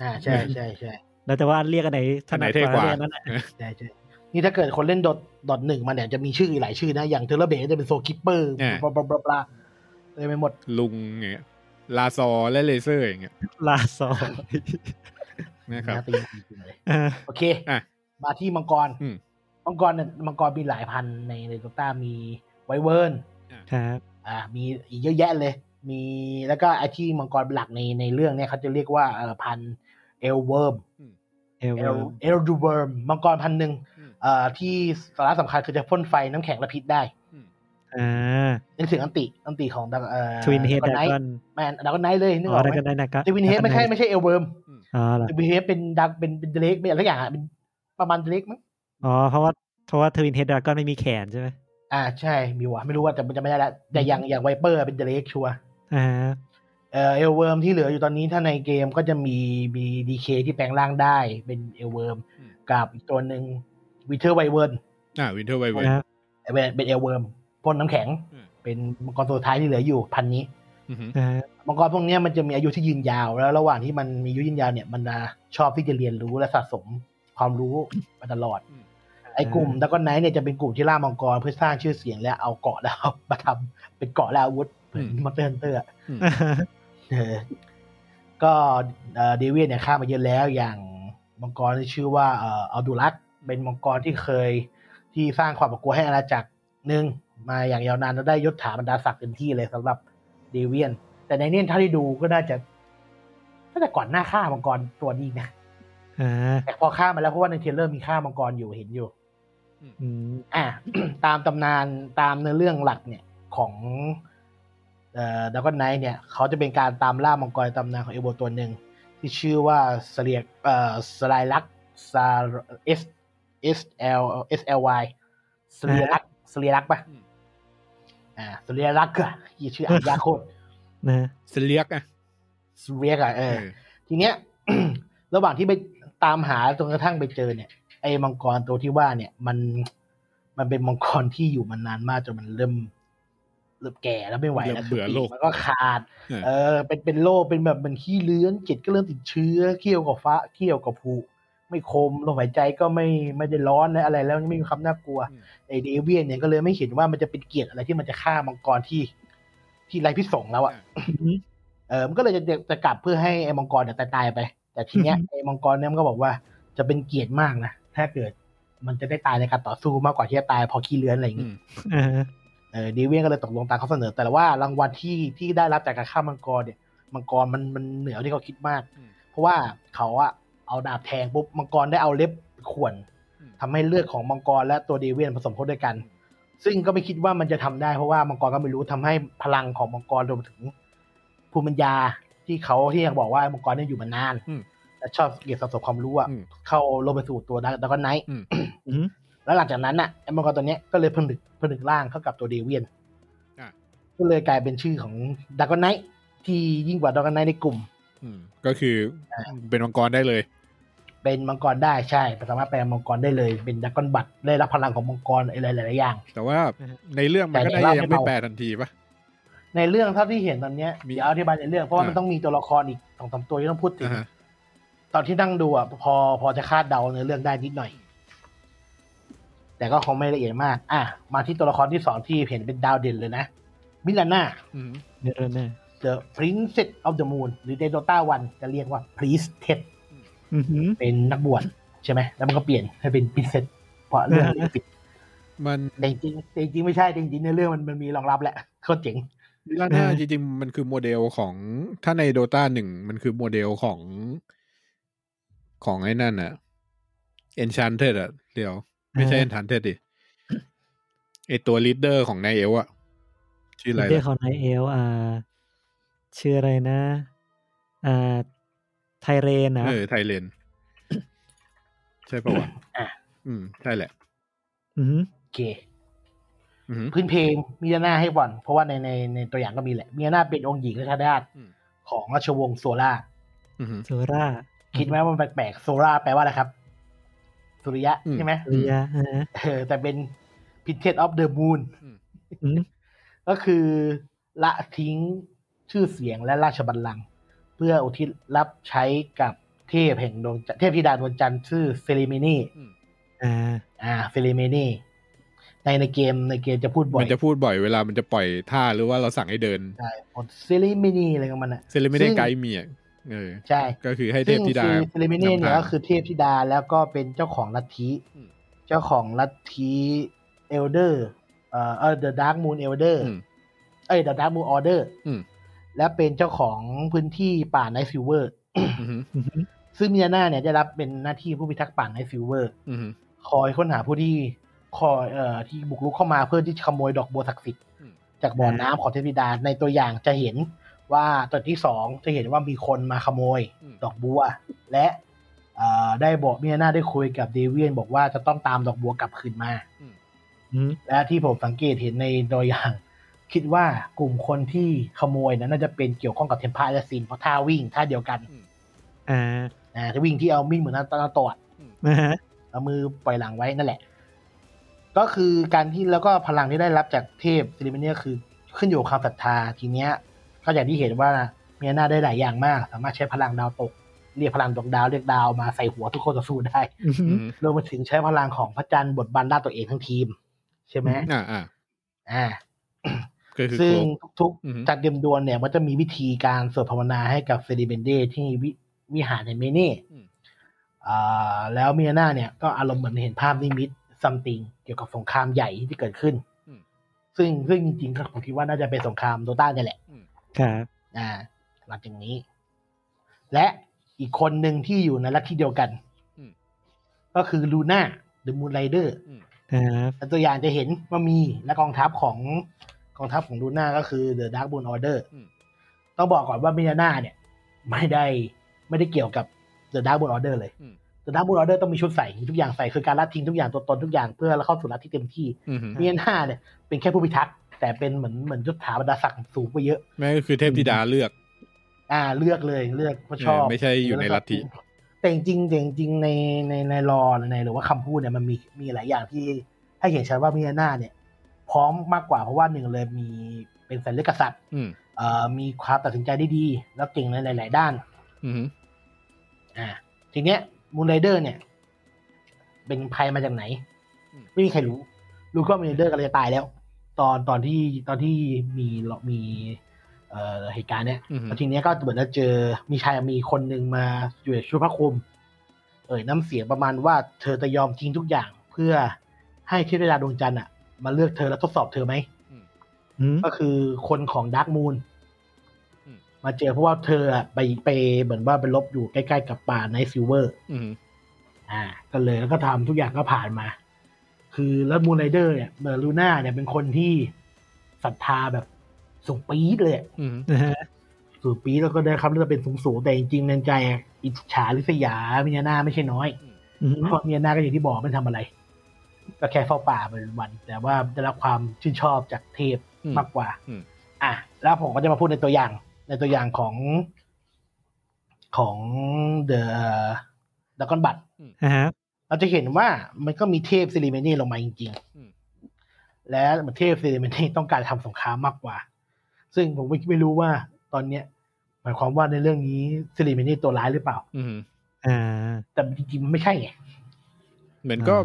D: อ่าใช่ใช่ใช่
C: แล้วแต่ว่าเรียกอันไหนถ
B: อันไหน
C: นัด
B: เท่กว่า
C: เรียนนั่นแหละ
D: ใช่ใช่นี่ถ้าเกิดคนเล่นดอทดอทหนึ่งมาเนี่ยจะมีชื่ออีกหลายชื่อนะ อย่างเทเลเบจะเป็นโซคิปเปอร์
B: อ่า
D: บลาบลาบลาเลยไปหมด
B: ลุงอย่างเงี้ยลาซอและเลเซอร์อย่างเงี้ย
C: ลาซอย
B: นะครับ
D: น่าตีจริงๆเลย
C: เออ
D: โอเค
B: อ่ะ
D: มาที่มังกร
B: อืม
D: มังกรเนี่ยมังกรมีหลายพันในในโตต้ามีไวเวิร์น
C: ครับ
D: อ่ามีอีกเยอะแยะเลย มีแล้วก็ไอที่มังกรหลักในในเรื่องเนี่ยเขาจะเรียกว่าเอ่อพันเอลเวิร์ม
C: เอล
D: เอลเอลดูเวิร์มมังกรพันหนึ่ง
B: อืม
D: เอ่อที่สาระสำคัญคือจะพ่นไฟน้ำแข็งและพิษได้
C: อ่า
D: นึกถึงอันติอันติของดังเอ่อ
C: ทวินเฮด
D: ดั
C: ดาก
D: ไนท์
C: อน
D: แมนดักไนท์เลยนึก
C: อ๋
D: อ
C: อ
D: อกไห
C: ดาม กอนไนท์นะครับ
D: ทวินเฮดไม่ใช่ไม่ใช่เอลเวิร์ม
C: อ๋อเหรอ
D: ทวินเฮดเป็นดักเป็นเป็นเดเล็กเป็นอะไรสักอย่างอ่ะเป็นประมาณเดเล็กมั้ง
C: อ๋อเพราะว่าเพราะว่าทวินเฮดดากอนไม่มีแขนใช่ไหม
D: อ่าใช่มีวะไม่รู้ว่าแต่มันจะไม่ได้ละแต่อย่างอย่างไวเปอร์เป็นเดเล็กชัวร์
C: อ่า
D: เอ่อเอลเวิร์มที่เหลืออยู่ตอนนี้ถ้าในเกมก็จะมีมีดีเคที่แปลงร่างได้เป็นเอลเวิร์ม
B: อืม
D: กับอีกตัวหนึ่งวิเทอร์ไวเวิร์น
B: อ่าวินเทอร์ไวเวอร์
C: นะครับ
D: เป็นเป็นเอลเวิร์มพ่นน้ำแข็ง
B: อืม
D: เป็นมังกรตัวท้ายที่เหลืออยู่พันนี้
C: อ่า
D: มังกรพวกเนี้ยมันจะมีอายุที่ยืนยาวแล้วระหว่างที่มันมีอายุยืนยาวเนี่ยมันจะชอบที่จะเรียนรู้และสะสมความรู้ มาตลอด ไอ้กลุ่มดักอนไนท์เนี่ยจะเป็นกลุ่มที่ล่ามังกรเพื่อสร้างชื่อเสียงและเอาเกาะดาวมาทำเป็นเกาะและอาวุธเหมือนมอนเตอร์ฮันเตอร์ ก็เอ่อเดเวียนเนี่ยฆ่ามาเยอะแล้วอย่างมังกรที่ชื่อว่าเอ่ออัลดูรัสเป็นมังกรที่เคยที่สร้างความกลัวให้อาณาจักร หนึ่งมาอย่างยาวนานแล้วได้ยศถาบรรดาศักดิ์เต็มที่เลยสำหรับเดเวียน แต่ในเนี่ยเท่าที่ดูก็น่าจะน่าจะก่อนหน้าฆ่ามังกรตัวนี้นะ
C: อ่า
D: แต่พอฆ่ามาแล้วเพราะว่าในเทรลเลอร์มีฆ่ามังกรอยู่เห็นอยู่
C: อืม
D: อ่า ตามตำนานตามเนื้อเรื่องหลักเนี่ยของเอ่อดากอนไนท์เนี่ย เขาจะเป็นการตามล่ามังกรตำนานของเอโบตัวหนึ่งที่ชื่อว่าเสเลียกเอ่อสไลลักซาเอสเอสเอลเอสเอลวสเลียลักสเลียลักปะ
B: อืม
D: อ่าสเลียลักอะยี่ชื่ออ่ านยากโคตร
C: นะ
B: เสเลียกอ่ะ
D: สเลียกอะเอ
B: เอ
D: อ
B: อ
D: ทีเนี้ย ระหว่างที่ไปตามหาจนกระทั่งไปเจอเนี่ย ไอ้มังกรตัวที่ว่าเนี่ย มันมันเป็นมังกรที่อยู่มานานมากจนมันเริ่มเริ่มแก่แล้วไม่ไหว
B: เริ่
D: แล้
B: ม
D: ว
B: เบื่อโลก
D: มันก็ขาด
B: เออ
D: เออ เป็นเป็นโรคเป็นแบบมันขี้เลื้อนจิตก็เริ่มติดเชื้อเขี้ยวกับฟ้าเขี้ยวกับผูไม่คมลมหายใจก็ไม่ไม่ได้ร้อนและอะไรแล้วไม่มีความน่ากลัว
B: อืม
D: ไอเดเวียนเนี่ยก็เลยไม่เห็นว่ามันจะเป็นเกียรติอะไรที่มันจะฆ่ามังกรที่ที่ไรพิษสงแล้วอะ
C: อืม
D: เออ มันก็เลยจะจะกลับเพื่อให้ไอ้มังกรเนี่ยตายตายๆไป แต่ที เนี้ย ไอ้มังกรเนี่ยมันก็บอกว่าจะเป็นเกียรติมากนะ ถ้าเกิดมันจะได้ตายในการต่อสู้มากกว่าที่จะตายเพอขี้เลื้อนอะไรอย่าง
B: อื
D: งี้
B: ม
C: อ่า
D: เออดีเวียนก็เลยตกลงตามข้อเสนอ แต่ว่ารางวัลที่ที่ได้รับจากการฆ่ามังกรเนี่ยมังกรมันมันเหนือที่เขาคิดมาก
B: อืม
D: เพราะว่าเขาอะเอาดาบแทงปุ๊บมังกรได้เอาเล็บข่วน
B: อืม
D: ทำให้เลือดของมังกรและตัวเดเวียนผสมเข้าด้วยกัน ซึ่งก็ไม่คิดว่ามันจะทำได้เพราะว่ามังกรก็ไม่รู้ทำให้พลังของมังกรรวมถึงภูมิปัญญาที่เขาที่ยังบอกว่ามังกรเนี่ยอยู่มานาน
B: อืม
D: และชอบเก็บสะสมความรู้อะ
B: อืม
D: เข้าลงไปสู่ตัวดักก็ไนท์
B: อืม
C: อืม
D: แล้วหลังจากนั้นน่ะไอ้มังกรตัวเนี้ยก็เลยผนึกผนึกร่างเข้ากับตัวเดเวียน
B: อ่ะ
D: ก็เลยกลายเป็นชื่อของดากอนไนที่ยิ่งกว่าดากอนไนในกลุ่ม
B: อืมก็คือเป็นมังกรได้เลย
D: เป็นมังกรได้ใช่สามารถแปลงมังกรได้เลย เป็นดักกอนบัตได้รับพลังของมังกรอะไรหลายๆอย่าง
B: แต่ว่าในเรื่องมันก็ได้
D: แต่ในเล่า
B: ยัง
D: ไม่
B: ไม่
D: เบา
B: แปลทันทีปะ
D: ในเรื่องเท่าที่เห็นตอนเนี้ย
B: มี
D: เดี๋ยวอธิบายในเรื่องเพราะว่า
B: อ่ามั
D: มันต้องมีตัวละครอีกสองสามตัวที่ต้องพูดถึง
B: อ่าฮะ
D: ตอนที่นั่งดูอ่ะพอพอจะคาดเดาในเรื่องได้นิดหน่อย แต่ก็คงไม่ละเอียดมาก อ่ะ มาที่ตัวละครที่สองที่เห็นเป็นดาวเด่นเลยนะ มิลาน่า
B: อืม
C: เนเรื่องหน้า
D: The Princess of the Moon หรือในโดตาวันจะเรียกว่า Priestess
C: อือหือ
D: เป็นนักบวชใช่ไหม แล้วมันก็เปลี่ยนให้เป็น Princess เพราะเรื่องมัน ปิด
B: มัน
D: แต่จริงๆแต่จริงๆไม่ใช่แต่จริงๆในเรื่องมันมันมีรองรับแหละโคตรเจ๋ง
B: มิลาน่า
C: เออ
B: จริงๆมันคือโมเดลของถ้าในโดตาหนึ่งมันคือโมเดลของของไอ้นั่นอะเอนชันเทดอะเดี๋ยว ไม่ใช่เอนชันเทดดิไอตัวลีดเดอร์ของนายเอลอะชื่ออะไร
C: เรื่อง
B: ล่ะ
C: ของนายเอลอ่าชื่ออะไรนะอ่าไทเรนนะ
B: เออไทยเลนใช่ปะวะ
D: อ่ะ
B: อืมใช่แหละ
C: อือหือ
D: โอเค
B: อือหือ
D: พื้นเพลงมีหน้าให้บ่อน เพราะว่าในในในตัวอย่างก็มีแหละมีหน้าเป็นองค์หญิงราชดาช
B: อืม
D: ของราชวงศ์โซล่า
B: อือหือ
C: โซรา
D: คิดไหมว่ามันแปลกๆโซล่าแปลว่าอะไรครับ สุริยะ
B: อืม
D: ใช่ไหม
C: สุริยะฮะ
D: เออแต่เป็นพิเทศออฟเดอะมูน
C: อืม
D: ก็คือ ละทิ้งชื่อเสียงและราชบัลลังก์เพื่ออุทิศรับใช้กับเทพแห่งดวงจันทร์เทพธิดาดวงจันทร์ชื่อเซเลเมนี
C: อ่า
D: อ่าเซเลเมนีในในเกมในเกมจะพูดบ่อ
B: มั
D: ย
B: นจะพูดบ่อยเวลามันจะปล่อยท่าหรือว่าเราสั่งให้เดิน
D: ใช่เซเลเมนีอะไรของมันอ่ะ
B: เซเลไม่ได้
D: ซึ่ง
B: ไกด์เมียเออ
D: ใช่
B: ก็คือให้เท
D: ซึ่
B: พ
D: ง
B: ธิดา
D: คือเซเลเมนี
B: ำ
D: เนี่ย
B: ทาง
D: ก็คือเทพธิดาแล้วก็เป็นเจ้าของลัทธิ
B: อืม
D: เจ้าของลัทธิเอลเดอร์เอ่อเออ The Dark Moon Elder
B: อืม
D: เอ้ย The Dark Moon Order
B: อืม
D: และเป็นเจ้าของพื้นที่ป่าไนซิลเวอร์
B: อือหือ
C: อือหือ
D: ซึ่งมิยาน่าเนี่ยได้รับเป็นหน้าที่ผู้พิทักษ์ป่าไนซิลเวอร์
B: อือหือ
D: คอยค้นหาผู้ที่คอยเอ่อที่บุกรุกเข้ามาเพื่อที่จะขโมยดอกบัวศักดิ์สิทธิ์
B: อืม
D: จากบ่อน้ำของเทพธิดาในตัวอย่างจะเห็นว่าตัวที่สองจะเห็นว่ามีคนมาขโมย
B: อืม
D: ดอกบัว และเอ่อได้บอกมิยาน่าได้คุยกับเดเวียนบอกว่าจะต้องตามดอกบัวกลับคืนมา
C: อืม
D: และที่ผมสังเกตเห็นในตัวอย่าง คิดว่ากลุ่มคนที่ขโมยนั้นน่าจะเป็นเกี่ยวข้องกับเทมเพลซินเพราะท่าวิ่งท่าเดียวกัน
C: อ่า
D: อ่าที่วิ่งที่เอามิ่งเหมือนนาตาตอด
C: นะฮะ
D: เอามือปล่อยหลังไว้นั่นแหละ ก็คือการที่แล้วก็พลังที่ได้รับจากเทพซิลิเมเนียคือขึ้นอยู่กับความศรัทธาทีเนี้ยก็อย่างที่เห็นว่าเมียนาได้หลายอย่างมาก สามารถใช้พลังดาวตก เรียกพลังดวงดาวเรียกดาวมาใส่หัวทุกคนต่อสู้ได้
C: อือหื
B: อื
C: อ
B: อหือ
D: รวมไปถึงใช้พลังของพระจันทร์บทบันล่าตัวเองทั้งทีม ใช่ไหม
B: อ่าอ่า
D: อ่า
B: ก็คือ
D: ซึ่ง
B: ครบ
D: ทุก
B: อือฮึ
D: ๆจัดเดียมดวนเนี่ยมันจะมีวิธีการสวดภาวนาให้กับเซริเบนเดที่วิวิหารในเมเน่อ่าแล้วเมียนาเนี่ยก็อารมณ์เหมือนเห็นภาพนิมิตซัมติงเกี่ยวกับสงครามใหญ่ที่เกิดขึ้น ซึ่งซึ่งจริงๆครับผมคิดว่าน่าจะเป็นสงครามโดต้าเนี่ยแหละ
C: ครับ
D: อ่าหลังจากนี้ และอีกคนหนึ่งที่อยู่ในลัทธิเดียวกัน
B: อืม
D: ก็คือลูน่าเดอะมูนไรเดอร์
C: ครับ
D: แต่ตัวอย่างจะเห็นว่ามีและกองทัพของกองทัพของดูน่าก็คือ The Dark Moon Order
B: อืม
D: ต้องบอกก่อนว่ามิยาน่าเนี่ย ไม่ได้ไม่ได้เกี่ยวกับ The Dark Moon Order เลย
B: อืม
D: The Dark Moon Order ต้องมีชุดใส่มีทุกอย่างใส่คือการละทิ้งทุกอย่างตัวตนทุกอย่างเพื่อเข้าสู่รัฐที่เต็มที่
B: อือหือ
D: มิยาน่าเนี่ยเป็นแค่ผู้พิทักษ์แต่เป็นเหมือนเหมือนยศถาบรรดาศักดิ์สูงไปเยอะ
B: แม่ก็คือเทพธิดาเลือก
D: อ่าเลือกเลยเลือกเพราะชอบ
B: เออไม่ใช่อยู่ในลัทธิ
D: แต่จริงๆแต่จริงๆในในในรอในหรือว่าคำพูดเนี่ยมันมีมีหลายอย่างที่ให้เห็นชัดว่ามิยาน่าเนี่ย พร้อมมากกว่าเพราะว่าหนึ่งเลยมีเป็นสัญลักษณ์กษัตริย์
B: อืม
D: เอ่อมีความตัดสินใจได้ดี แล้วเก่งในหลาย ๆ ด้าน
B: อือหือ
D: อ่า ทีเนี้ยมูนไรเดอร์เนี่ย เป็นภัยมาจากไหน ไม่มีใครรู้ รู้ก็มูนไรเดอร์กำลังจะตายแล้ว ตอนตอนที่ตอนที่มีมี เอ่อเหตุการณ์เนี้ย
B: อือหือ
D: แล้วทีเนี้ยก็เหมือนจะเจอมีชายมีคนหนึ่งมาอยู่ในชุดพระคลุม เอ่ยน้ำเสียงประมาณว่าเธอจะยอมทิ้งทุกอย่าง เพื่อให้เทพธิดาดวงจันทร์อะมาเลือกเธอและทดสอบเธอไหม
C: อืม
D: ก็คือคนของดาร์กมูน
B: อืม
D: มาเจอเพราะว่าเธออะไปไปเหมือนว่าไปลบอยู่ใกล้ๆกับป่าในซิลเวอร์
B: อือหือ
D: อ่า ก็เลยแล้วก็ทำทุกอย่างก็ผ่านมา คือแล้วมูนไรเดอร์เนี่ยเมอร์ลูน่าเนี่ยเป็นคนที่ศรัทธาแบบสูงปี๊ดเลยอะ
B: อือหือ
C: นะฮะ
D: สูตรปีแล้วก็ได้ครับเลือกเป็นสูงสูงๆแต่จริงๆในใจอะอิจฉาลิษยามิยาน่าไม่ใช่น้อย
C: อือหือ
D: เพราะมิยาน่าก็อย่างที่บอกไม่ทำอะไร ก็แค่เฝ้าป่าเป็นวัน แต่ว่าได้รับความชื่นชอบจากเทพ
B: อืม
D: มากกว่า
B: อืม
D: อ่ะแล้วผมก็จะมาพูดในตัวอย่าง ในตัวอย่างของของเดอะ ดากอนบัต
C: อ่าฮะ
D: เราจะเห็นว่ามันก็มีเทพซิลิเมเน่ลงมาจริง
B: อืม
D: ๆ และเหมือนเทพซิลิเมเน่ต้องการทำสงครามมากกว่า ซึ่งผมไม่รู้ว่าตอนเนี้ยหมายความว่าในเรื่องนี้ซิลิเมเน่ตัวร้ายหรือเปล่า
B: อืม
C: อ่า
D: แต่จริงๆมันไม่ใช่ไง
B: เหมือนก็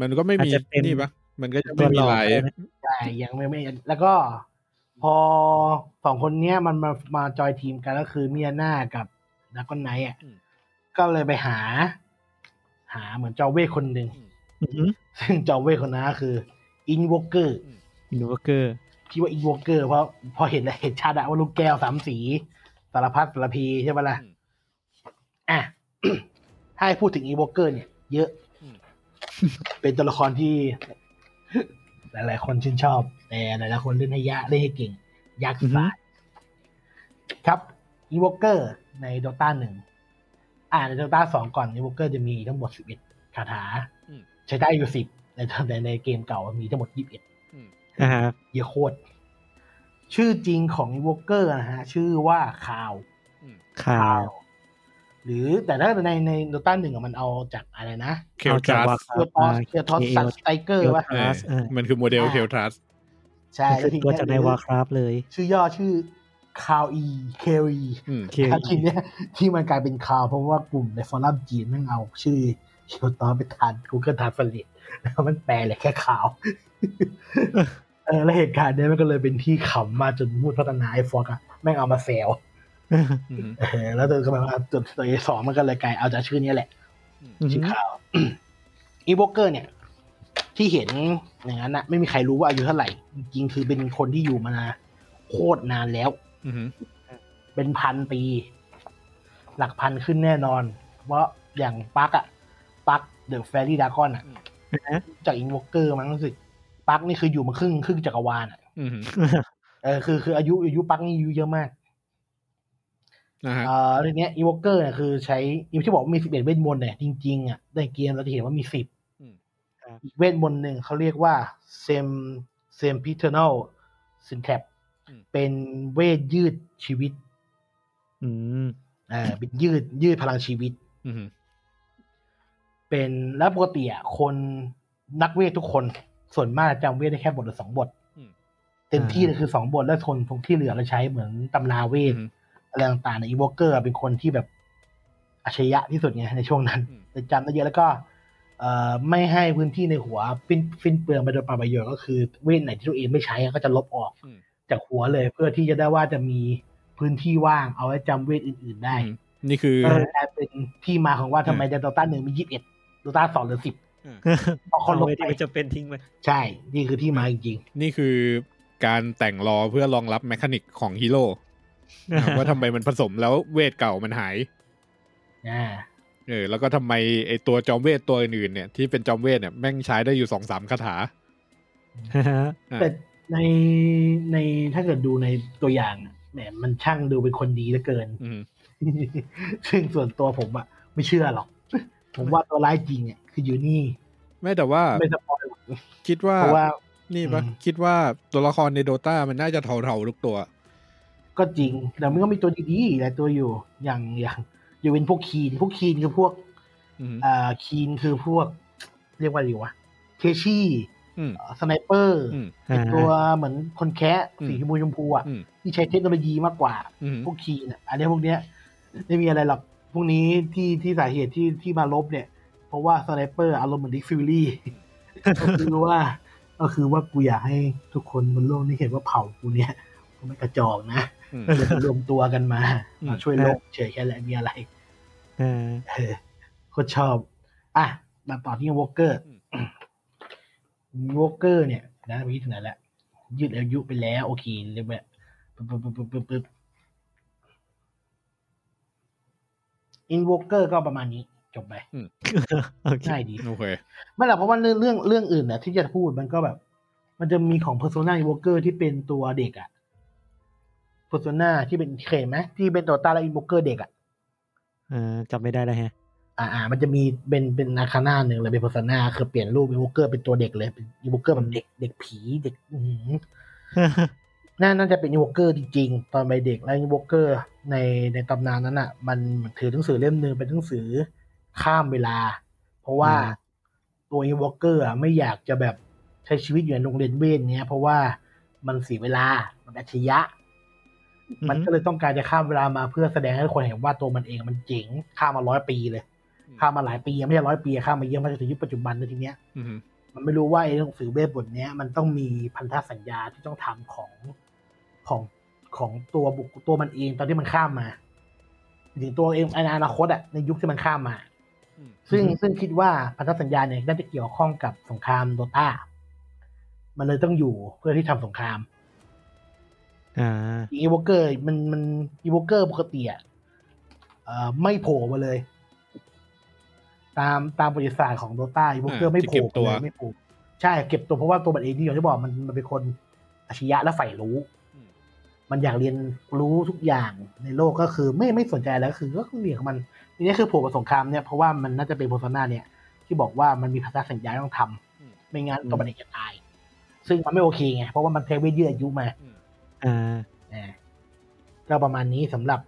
B: มันก็ไม่มี
C: อาจจะเป็น
B: นี่ปะมันก็จะไม่มีลาย
D: ใช่ยังไม่ไม่แล้วก็พอสองคนเนี้ยมันมามาจอยทีมกันก็คือเมียนากับดักกอนไนท์อ่ะ
B: อืม
D: ก็เลยไปหา หาเหมือนจอเวทคนหนึ่ง
C: อือหือ
D: ซึ่งจอเวทคนนั้นก็คืออินวอเกอร์
C: อินโนเวเกอร์
D: ที่ว่าอินวอเกอร์เพราะพอเห็นแล้วเห็นชัดอะว่าลูกแก้วสามสี สารพัดสารพีใช่ปะล่ะ
B: อืม
D: อ่ะ ถ้าให้พูดถึงอินวอเกอร์เนี่ย เยอะ
B: อืม
D: เป็นตัวละครที่ หลาย ๆ คนชื่นชอบ แต่หลายๆคนเล่นให้ยะเล่นให้เก่ง ยาก
C: อือฮึ
D: สายครับอีวอเกอร์ในโดตาหนึ่งอ่าในโดตาสองก่อนอีวอเกอร์จะมีทั้งหมดสิบเอ็ดคาถา
B: อืม
D: ใช้ได้อยู่สิบในในในเกมเก่ามีทั้งหมดยี่สิบเอ็ด
C: อ่าฮะ
D: เยอะโคตร ชื่อจริงของอีวอเกอร์นะฮะ ชื่อว่าคาว
C: ข่าว
D: หรือแต่ถ้าในในโดตาหนึ่งอะมันเอาจากอะไรนะ
B: เคล
C: เอา
B: ท
C: จาก
B: รัส
C: ว่า
D: เคียวตอสเคียวทอสซันสไตเกอร์
C: เกี่ยว
D: ว่ะ
C: ทรัสเออ
B: มันคือโมเดล
D: อ่า
B: เคลทรัส
D: ใช่
C: มันคือตัวจากในวาคราฟเลย
D: ชื่อย่อชื่อคาวอีเครี
B: อืม
C: เค
D: ถ้าทีเนี้ยที่มันกลายเป็นข่าวเพราะว่ากลุ่มในฟอรัมจีนแมันเอาชื่อเชียวตอไปทาน Google Translate แล้วมันแปลเลยแค่ข่าว เออแล้วเหตุการณ์เนี้ยมันก็เลยเป็นที่ขำมาจนมูดพัฒนาไอ้ฟอกอะแม่งเอามาแซว
B: อืม
D: เออแล้วตัวก็แบบว่าตัวตัวสองมันก็เลยกลายเอาจากชื่อเนี้ยแหละ
C: อือหื
D: ชื่อ
C: อ
D: ข่าว อีโบเกอร์เนี่ย ที่เห็นอย่างนั้นนะไม่มีใครรู้ว่าอายุเท่าไหร่ จริงๆคือเป็นคนที่อยู่มาโคตรนานแล้ว
B: อืม
D: เป็นพันปี หลักพันขึ้นแน่นอน เพราะอย่างปักอะปักเดอะแฟรี่ดากอนอะ
C: อ่าฮะ
D: จากอินวอเกอร์มันรู้สึกปักนี่คืออยู่มาครึ่งครึ่งจักรวาลอะ
B: อืม
D: เออคือคืออายุอายุปักนี่อายุเยอะมาก
B: นะฮะ
D: เออเรื่องเนี้ยอินวอเกอร์เนี่ยคือใช้อิมที่บอกว่ามีสิบเอ็ดเวทมนต์เนี่ยจริงๆอะในเกมเราจะเห็นว่ามีสิบอีกเวทมนต์หนึ่งเขาเรียกว่าเซมเซมพิเทอร์นลซินแทปเป็นเวทยืดชีวิต
C: อืม
D: เออเป็นยืดยืดพลังชีวิต
B: อืม
D: เป็นแล้วปกติอ่ะคนนักเวททุกคนส่วนมากจำเวทได้แค่บทละสองบท เต็มที่เลยคือสองบทแล้วทนพวกที่เหลือเราใช้เหมือนตำราเว
B: อื
D: ท
B: ม
D: อะไรต่างๆในอีวอเกอร์เป็นคนที่แบบอัจฉริยะที่สุดไงในช่วงนั้น
B: อืม
D: แต่จำได้เยอะแล้วก็ เอ่อไม่ให้พื้นที่ในหัวฟินฟินเปลืองไปโดยปราบประโยชน์ก็คือเวทไหนที่ตัวเองไม่ใช้ก็จะลบออก
B: อืม
D: จากหัวเลยเพื่อที่จะได้ว่าจะมีพื้นที่ว่างเอาไว้จำเวทอื่น ๆ ได้
B: อืมนี่คือ
D: ก็เลยกลายเป็นที่มาของว่าทำไม
B: อืม
D: เดลต้าหนึ่งมียี่สิบเอ็ดเดลต้าสองเหลือสิบ พอค
C: คน น
D: ล
C: ล
D: ง
C: ง
D: ไป
C: ที่มันจะเป็นทิ้งไป
D: ใช่ นี่คือที่มาจริง
B: นี่คือการแต่งล้อเพื่อรองรับแมคานิกของฮีโร่นะครับว่าทำไมมันผสมแล้วเวทเก่ามันหาย
D: ๆอ่า
B: เออแล้วก็ทำไมไอตัวจอมเวทตัวอื่นๆเนี่ยที่เป็นจอมเวทเนี่ยแม่งใช้ได้อยู่สองสามคาถา
C: อ่าฮะ
B: อ่ะ
D: แต่ในในถ้าเกิดดูในตัวอย่างอะแหมมันช่างดูเป็นคนดีเหลือเกิน
B: อืม
D: ซึ่งส่วนตัวผมอะไม่เชื่อหรอก ผมว่าตัวร้ายจริงอะคืออยู่นี่
B: ไม่แต่ว่า
D: ไม่สปอยล์
B: คิดว่า
D: เพราะว่า
B: นี่ปะ
D: อืม
B: คิดว่าตัวละครในโดตามันน่าจะเทาๆทุกตัว
D: ก็จริง แต่มันก็มีตัวดีๆหลายตัวอยู่ อย่างอย่างอยู่เป็นพวกคีน พวกคีนคือพวก
B: อืม
D: อ่าคีนคือพวก เรียกว่าอะไรวะ เคชี่
B: อืม
D: สไนเปอร์
B: อืม
D: เป็นตัวเหมือนคนแคะสีชมพูชมพูอะ
B: อืม
D: ที่ใช้เทคโนโลยีมากกว่า
B: อืม
D: พวกคีนอ่ะอันเนี้ยพวกเนี้ยไม่มีอะไรหรอก พวกนี้ที่ที่สาเหตุที่ที่มาลบเนี่ย เพราะว่าสไนเปอร์อารมณ์เหมือนดิกฟิลลี่ ก็คือว่า ก็คือว่ากูอยากให้ทุกคนบนโลกนี้เห็นว่าเผ่ากูเนี่ยกูไม่กระจอก นะ
B: อืม
D: เลยรวมตัวกันมา
B: อืม
D: มาช่วยลบเฉยแค่แหละมีอะไร
C: อ่า
D: เออโคตรชอบ อ่ะมาต่อที่วอลเกอร์วอลเกอร์เนี่ยนะไปที่ถึงไหนแล้วยืดอายุไปแล้ว โอเคเรียบร้อยปึ๊บปึ๊บปึ๊บปึ๊บปึ๊บปึ๊บอินวอลเกอร์ก็ประมาณนี้ จบไป
C: โอเค
D: ง่ายดี
B: โอเค
D: ไม่หรอกเพราะว่าเรื่องเรื่องเรื่องอื่นนะที่จะพูดมันก็แบบ มันจะมีของ Persona Invoker ที่เป็นตัวเด็กอะ Persona ที่เป็นเคยเห็นไหมที่เป็นตัวตาและ Invoker เด็กอะ
C: อ่าจำไม่ได้แล้วฮะ
D: อ่าอ่ามันจะมีเป็นเป็นอาคาน่าหนึ่งเลยเป็น p e r ซ o นาคือเปลี่ยนรูปอีวอเกอร์เป็นตัวเด็กเลยเป็นอีวอเกอร์แบบเด็กเด็กผีเด็กอื้อหือน่าน่าจะเป็นอีวอเกอร์จริงๆ ตอนวัยเด็กแล้วอีวอเกอร์ในในตำนานนั้นอ่ะ มันถือหนังสือเล่มหนึ่งเป็นหนังสือ ข้ามเวลา เพราะว่าตัวเอวอลเกอร์ไม่อยากจะแบบใช้ชีวิตอยู่ในโรงเรียนเวทเนี้ย เพราะว่ามันเสียเวลา มันอัจฉริยะ มันก็เลยต้องการจะข้ามเวลามาเพื่อแสดงให้คนเห็นว่าตัวมันเองมันเจ๋งข้ามมาร้อยปีเลย ข้ามมาหลายปียังไม่ใช่ร้อยปีข้ามมาเยอะมากจนถึงยุคปัจจุบันเลยทีเนี้ย
B: อือฮึ
D: มันไม่รู้ว่าไอ้หนังสือเวทบทเนี้ยมันต้องมีพันธสัญญาที่ต้องทำของของของตัวบุคตัวมันเองตอนที่มันข้ามมาถึงตัวเองในอนาคตอะในยุคที่มันข้ามมา
B: อืม
D: ซึ่งซึ่งคิดว่าพันธสัญญาเนี่ยน่าจะเกี่ยวข้องกับสงครามโดต้า มันเลยต้องอยู่เพื่อที่ทำสงคราม
C: อ่า
D: อีโวเกอร์มันมันอีโวเกอร์ปกติอ่ะเอ่อไม่โผล่มาเลย ตามตามประวัติศาสตร์ของโดต้าอีโวเกอร์ไม่โผล่มาเลยไม่โผล่ใช่เก็บตัวเพราะว่าตัวมันเองที่อย่างที่บอกมันมันเป็นคนอาชญะและใฝ่รู้ มันอยากเรียนรู้ทุกอย่างในโลกก็คือ ไม่ไม่สนใจแล้วคือ ก็คือเรื่องของมันทีนี่คือโผล่มาสงครามเนี่ยเพราะว่ามันน่าจะเป็นโพสนาเนี่ย ที่บอกว่ามันมีพันธสัญญาต้องทำไม่งั้นตัวมันเองจะตาย ซึ่งมันไม่โอเคไงเพราะว่ามันเทเวทยืดอายุมา
B: อืม
C: อ่า
D: อ่าก็ประมาณนี้สำหรับ